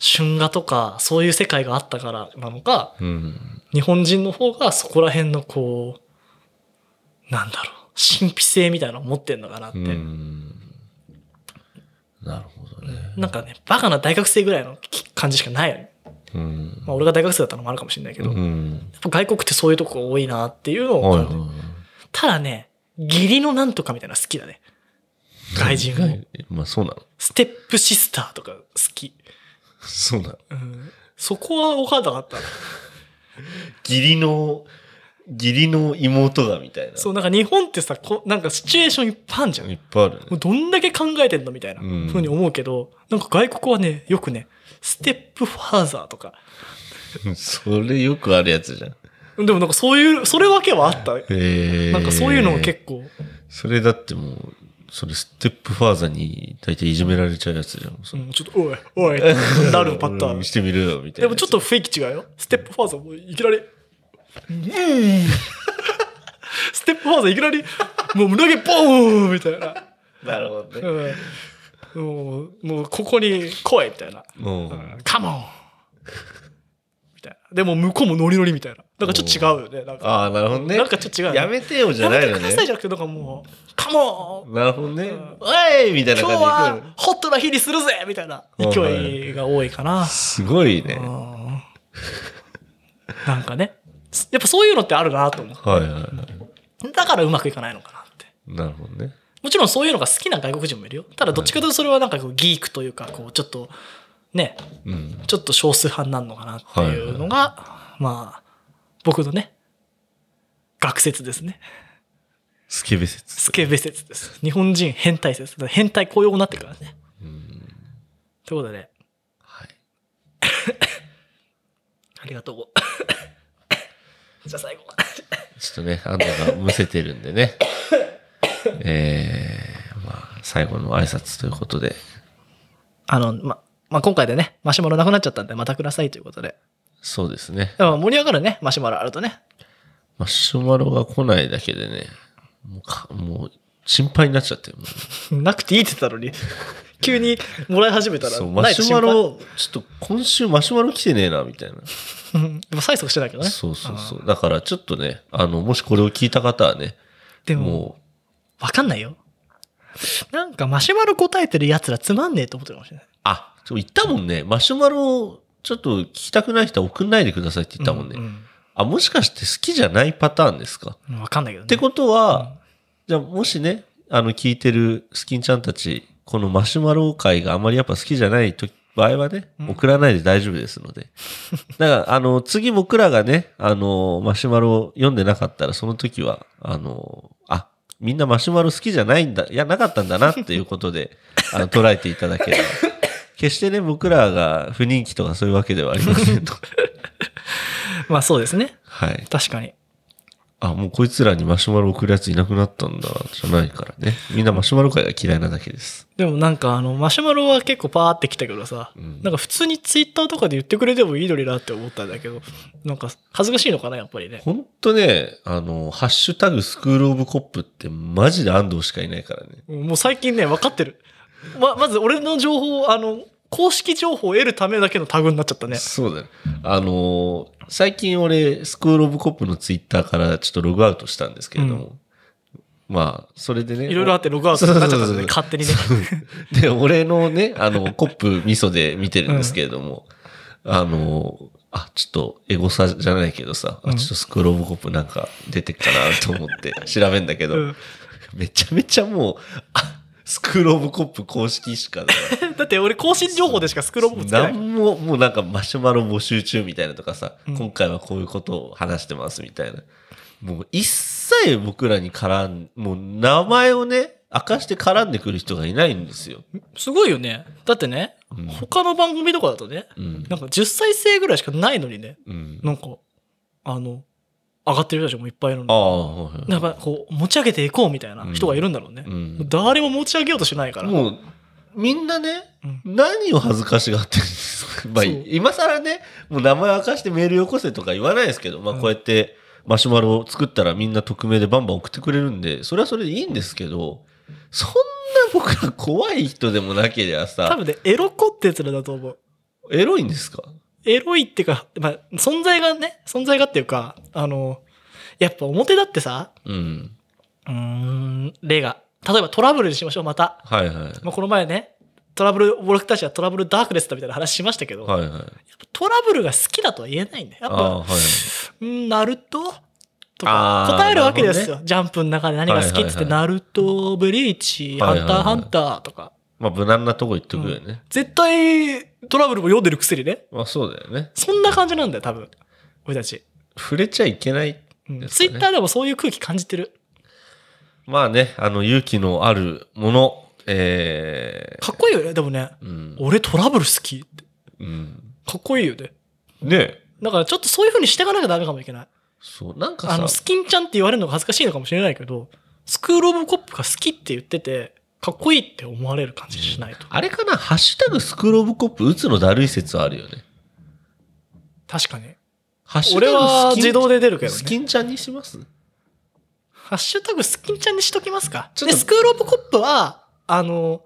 Speaker 2: 春画とか、そういう世界があったからなのか、
Speaker 1: うん。
Speaker 2: 日本人の方がそこら辺のこう、なんだろう、神秘性みたいなのを持ってんのかなって。
Speaker 1: うん。なるほどね。
Speaker 2: なんかね、バカな大学生ぐらいのき感じしかないよね。
Speaker 1: うん。
Speaker 2: まあ俺が大学生だったのもあるかもしれないけど、
Speaker 1: う
Speaker 2: やっ
Speaker 1: ん。
Speaker 2: ぱ外国ってそういうとこが多いなっていうのを
Speaker 1: はいはい
Speaker 2: 感じる、
Speaker 1: はい。
Speaker 2: ただね、義理のなんとかみたいなの好きだね。外人も。
Speaker 1: まあそうなの。
Speaker 2: ステップシスターとか好き。
Speaker 1: そうなの。
Speaker 2: うん、そこは分かんなかった。
Speaker 1: 義理の、義理の妹がみたいな。
Speaker 2: そう、なんか日本ってさ、こなんかシチュエーションいっぱいあるじゃん。
Speaker 1: い
Speaker 2: も
Speaker 1: っぱいある (laughs)
Speaker 2: う
Speaker 1: ね。
Speaker 2: どんだけ考えてんのみたいな、
Speaker 1: うん
Speaker 2: ふうに思うけど、なんか外国はね、よくね、ステップファーザーとか。
Speaker 1: それよくあるやつじゃん。
Speaker 2: でもなんかそういう、それわけはあった。
Speaker 1: えー、
Speaker 2: なんかそういうのが結構、
Speaker 1: それだってもう、それステップファーザーに大体いじめられちゃうやつじゃん。そ
Speaker 2: うん、ちょっと、おい、おい、ってなるパター
Speaker 1: うん
Speaker 2: ン
Speaker 1: 見。してみるよ、みたい
Speaker 2: で
Speaker 1: な。
Speaker 2: もちょっと、雰囲気違うよ。ステップファーザーもいきなり、うん。ステップファーザーいきなり、もう胸毛ボーンみたいな。
Speaker 1: (laughs) なるほどね。
Speaker 2: うん、もう、もうここに来いみたいな。
Speaker 1: もう
Speaker 2: カモンみたいな。でも向こうもノリノリみたいな。なんかちょっと違うよね。なんか、
Speaker 1: ああ、なるほどね。
Speaker 2: なんかちょっと違うよね
Speaker 1: やめてよ、じゃないの
Speaker 2: やめてくだ
Speaker 1: ね
Speaker 2: さ。いじゃなくて、なんかもう、カモン
Speaker 1: なるほどね
Speaker 2: ん。
Speaker 1: おいみたいな感じ
Speaker 2: 今日
Speaker 1: で行く
Speaker 2: はホットな日にするぜみたいな勢いが多いかな。
Speaker 1: すごいね。
Speaker 2: うんなんかね。やっぱそういうのってあるなと思
Speaker 1: はいはいはい。
Speaker 2: う。だからうまくいかないのかなって。
Speaker 1: なるほどね。
Speaker 2: もちろんそういうのが好きな外国人もいるよ。ただどっちかというとそれはなんかこうギークというか、こうちょっと、ね、
Speaker 1: うん。
Speaker 2: ちょっと少数派になるのかなっていうのが、まあ、僕のね、学説ですね。
Speaker 1: スケベ説。
Speaker 2: スケベ説です。日本人変態説。だから変態雇用になってるからね。
Speaker 1: うん
Speaker 2: ということで、
Speaker 1: はい。
Speaker 2: (laughs) ありがとう。 (laughs) じゃあ最後。
Speaker 1: ちょっとね、アンナがむせてるんで
Speaker 2: (laughs)
Speaker 1: ね。えー、まあ、最後の挨拶ということで。
Speaker 2: あの、ま、まあ、今回でね、マシュマロなくなっちゃったんで、またくださいということで。
Speaker 1: そうですね。
Speaker 2: でも盛り上がるね、マシュマロあるとね。 (laughs)
Speaker 1: マシュマロが来ないだけでね、もうか、もう、心配になっちゃってる。もう
Speaker 2: なくていいって言ったのに、 (laughs) 急にもらい始めたら、
Speaker 1: そう、
Speaker 2: な
Speaker 1: マ
Speaker 2: いと
Speaker 1: シュ
Speaker 2: 心
Speaker 1: マ
Speaker 2: 配
Speaker 1: ロ、ちょっと今週マシュマロ来てねえな、みたいな。
Speaker 2: (laughs) うんでも催促してないけどね。
Speaker 1: そうそうそう。だからちょっとね、あの、もしこれを聞いた方はね、
Speaker 2: でも、
Speaker 1: も
Speaker 2: わかんないよ。なんかマシュマロ答えてる奴らつまんねえと思ってるかもしれない。
Speaker 1: う、あ、そう言ったもんね、マシュマロ、ちょっと聞きたくない人は送んないでくださいって言ったもんね。
Speaker 2: う
Speaker 1: あ、もしかして好きじゃないパターンですか
Speaker 2: うんわかんないけどね。
Speaker 1: ってことは、じゃあもしね、あの、聞いてるスキンちゃんたち、このマシュマロ会があまりやっぱ好きじゃないと場合はね、送らないで大丈夫ですので。だから、あの、次僕らがね、あの、マシュマロを読んでなかったら、その時は、あの、あ、みんなマシュマロ好きじゃないんだ、いや、なかったんだなっていうことで、あの、捉えていただければ。決してね、僕らが不人気とかそういうわけではありませんと。
Speaker 2: まあそうですね。
Speaker 1: はい。
Speaker 2: 確かに。
Speaker 1: あ、もうこいつらにマシュマロ送るやついなくなったんだ、じゃないからね。みんなマシュマロ界が嫌いなだけです。
Speaker 2: でもなんかあの、マシュマロは結構パーってきたけどさ、
Speaker 1: ん
Speaker 2: なんか普通にツイッターとかで言ってくれてもいいのになって思ったんだけど、なんか恥ずかしいのかな、やっぱりね。
Speaker 1: ほんとね、あの、ハッシュタグスクールオブコップってマジで安藤しかいないからね。
Speaker 2: もう最近ね、分かってる。ま、まず俺の情報を、あの、公式情報を得るためだけのタグになっちゃったね。
Speaker 1: そうだね。あの、最近俺、スクールオブコップのツイッターからちょっとログアウトしたんですけれども。まあ、それでね。
Speaker 2: いろいろあってログアウトになっちゃったんで、ね、勝手にね。
Speaker 1: で、俺のね、あの、コップ味噌で見てるんですけれども、あの、あ、ちょっとエゴサじゃないけどさ、あちょっとスクロールオブコップなんか出てっかなと思
Speaker 2: (laughs)
Speaker 1: って調べんだけど、
Speaker 2: うん
Speaker 1: めちゃめちゃもう、あ、スクロールオブコップ公式しかだから、
Speaker 2: だって俺更新情報でしかスクロールもつけ
Speaker 1: な
Speaker 2: ない。
Speaker 1: んも、もうなんかマシュマロ募集中みたいなとかさ、
Speaker 2: ん
Speaker 1: 今回はこういうことを話してますみたいな。もう一切僕らに絡ん、もう名前をね、明かして絡んでくる人がいないんですよ。
Speaker 2: すごいよね。だってね、
Speaker 1: うん
Speaker 2: 他の番組とかだとね、
Speaker 1: うん。
Speaker 2: なんか10再生ぐらいしかないのにね、
Speaker 1: うん。
Speaker 2: なんか、あの、上がってる人たちもいっぱいいる
Speaker 1: あ
Speaker 2: の
Speaker 1: あ、はいはい
Speaker 2: やっぱこう、持ち上げていこうみたいな人がいるんだろうね。
Speaker 1: うん
Speaker 2: 誰も持ち上げようとしないから。
Speaker 1: もう、みんなね、
Speaker 2: うん
Speaker 1: 何を恥ずかしがってるんですか。まあ、
Speaker 2: そう
Speaker 1: 今更ね、もう名前明かしてメールよこせとか言わないですけど、まあ、
Speaker 2: うん
Speaker 1: こうやってマシュマロを作ったらみんな匿名でバンバン送ってくれるんで、それはそれでいいんですけど、そんな僕ら怖い人でもなければ
Speaker 2: 多
Speaker 1: さ、
Speaker 2: 分ね、エロコってやつらだと思う。
Speaker 1: エロいんですか
Speaker 2: エロいっていうか、まあ、存在がね、存在がっていうか、あの、やっぱ表だってさ、
Speaker 1: うん。
Speaker 2: うーん、例が、例えばトラブルにしましょう、また。
Speaker 1: はいはい。
Speaker 2: まあ、この前ね、トラブル、僕たちはトラブルダークネスだみたいな話しましたけど、
Speaker 1: はいはい。
Speaker 2: トラブルが好きだとは言えないんだよ。やっ
Speaker 1: ああ、
Speaker 2: ぱ、
Speaker 1: はい。
Speaker 2: うんなるとと
Speaker 1: あー
Speaker 2: か答えるわけです
Speaker 1: なるほ
Speaker 2: よ、ジャンプの中で何が好きっつって、
Speaker 1: はいはいは
Speaker 2: ナルト、ブリーチ、ハン
Speaker 1: はい
Speaker 2: ター、
Speaker 1: はいはい
Speaker 2: ハンターとか。
Speaker 1: まあ、無難なとこ言っとくよね。
Speaker 2: 絶対トラブルも読んでるくせにね。
Speaker 1: まあ、そうだよね。
Speaker 2: そんな感じなんだよ、多分。俺たち。
Speaker 1: 触れちゃいけない。
Speaker 2: うん
Speaker 1: です
Speaker 2: ツ
Speaker 1: か
Speaker 2: イ
Speaker 1: ね
Speaker 2: ッターでもそういう空気感じてる。
Speaker 1: まあね、あの、勇気のあるもの、え
Speaker 2: かっこいいよね、でもね。
Speaker 1: ー、うん。
Speaker 2: 俺トラブル好きって。
Speaker 1: うん。
Speaker 2: かっこいいよね。
Speaker 1: ねえ
Speaker 2: だからちょっとそういう風にしていかなきゃダメかもいけない。
Speaker 1: そう、なんか
Speaker 2: あの、
Speaker 1: さ
Speaker 2: ス、キンちゃんって言われるのが恥ずかしいのかもしれないけど、スクールオブコップが好きって言ってて、かっこいいって思われる感じしないと。
Speaker 1: あれかな、ハッシュタグスクールオブコップ打つのだるい説はあるよね。
Speaker 2: 確かに。
Speaker 1: ハッシュタ
Speaker 2: 俺
Speaker 1: グ
Speaker 2: は自動
Speaker 1: で
Speaker 2: で出るけど
Speaker 1: ス
Speaker 2: ね。
Speaker 1: キンちゃんにします
Speaker 2: ハッシュタグスキンちゃんにしときますか。
Speaker 1: ちょっ
Speaker 2: で、
Speaker 1: と
Speaker 2: スクールオブコップは、あの、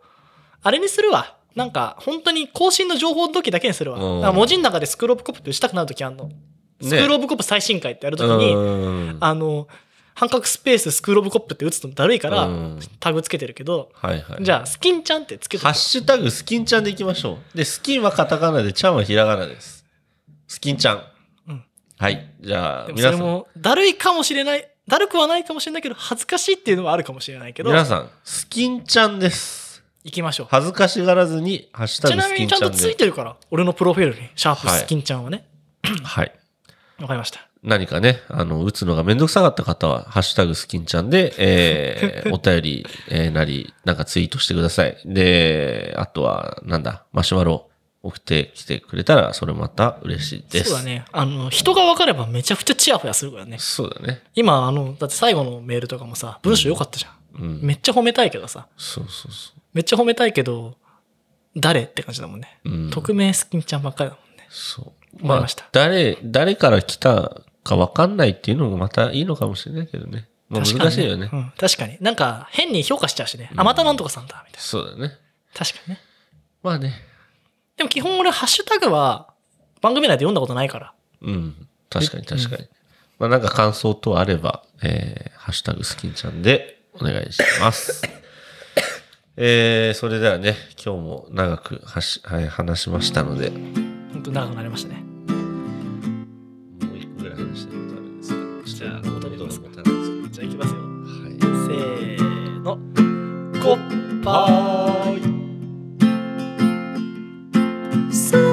Speaker 2: あれにするわ。なんか、本当に更新の情報の時だけにするわ。
Speaker 1: うん
Speaker 2: だから文字の中でスクールオブコップって打ちたくなる時あんの。スクールオブコップ最新回ってやるときに、
Speaker 1: うん
Speaker 2: あの、半角スペーススクールオブコップって打つのだるいから、
Speaker 1: うん
Speaker 2: タグつけてるけど、
Speaker 1: はいはい。
Speaker 2: じゃあ、スキンちゃんってつけて
Speaker 1: ハッシュタグスキンちゃんでいきましょう。で、スキンはカタカナで、ちゃんはひらがなです。スキンちゃん。
Speaker 2: うん
Speaker 1: はい。じゃあ、
Speaker 2: でもそ
Speaker 1: 皆
Speaker 2: れ
Speaker 1: さん、
Speaker 2: も、だるいかもしれない、だるくはないかもしれないけど、恥ずかしいっていうのはあるかもしれないけど、
Speaker 1: 皆
Speaker 2: 行
Speaker 1: さん、スキンちゃんです。
Speaker 2: きましょ
Speaker 1: 恥ずかしがらずに、ハッシュタ
Speaker 2: う。ち
Speaker 1: グ
Speaker 2: な
Speaker 1: ス
Speaker 2: み
Speaker 1: キ
Speaker 2: に
Speaker 1: ン
Speaker 2: ちゃん
Speaker 1: ちゃ
Speaker 2: と
Speaker 1: ん
Speaker 2: つい
Speaker 1: で。
Speaker 2: てるから、俺のプロフィールに、シャープ
Speaker 1: はい
Speaker 2: スキンちゃんはね。
Speaker 1: はい。
Speaker 2: わ、かりました。
Speaker 1: 何かね、あの、打つのがめんどくさかった方は、ハッシュタグスキンちゃんで、えー、
Speaker 2: (laughs)
Speaker 1: お便り、えーなり、なんかツイートしてください。で、あとは、なんだ、マシュマロ送ってきてくれたら、それまた嬉しいです。
Speaker 2: そうだ。ね。あの、人が分かればめちゃくちゃチヤホヤするからね。
Speaker 1: そうだね。
Speaker 2: 今、あの、だって最後のメールとかもさ、文章良かったじゃん。
Speaker 1: うん。
Speaker 2: めっちゃ褒めたいけどさ、
Speaker 1: そうそうそ
Speaker 2: めっちゃ褒めたいけど、誰って感じだもんね。
Speaker 1: う。うん。
Speaker 2: 匿名スキンちゃんばっかりだもんね。
Speaker 1: そう。
Speaker 2: 思い
Speaker 1: まあ
Speaker 2: ました、
Speaker 1: 誰、誰から来たか分かんないっていうのもまたいいのかもしれないけどね。まあ、
Speaker 2: 確かに
Speaker 1: 難しいよね。
Speaker 2: うん。確かに。なんか、変に評価しちゃうしね。あ、またなんとかさんだ、みたい
Speaker 1: そうだね。
Speaker 2: な。確かにね。
Speaker 1: まあね。
Speaker 2: でも基本俺、ハッシュタグは、番組内で読んだことないから。
Speaker 1: うん。確かに確かに。まあ、なんか感想等あれば、えー、ハッシュタグスキンちゃんでお願いし (laughs) ます。えー、それではね、今日も長くはし、はい、話しましたので、も
Speaker 2: ほんと長くなりましたね。
Speaker 1: う一個ぐらい話してることあるんですが、
Speaker 2: じゃあ
Speaker 1: どんどん持たないです
Speaker 2: じゃあ、いきますよ。
Speaker 1: けど。はい
Speaker 2: せーの。コッパーイ。
Speaker 3: 空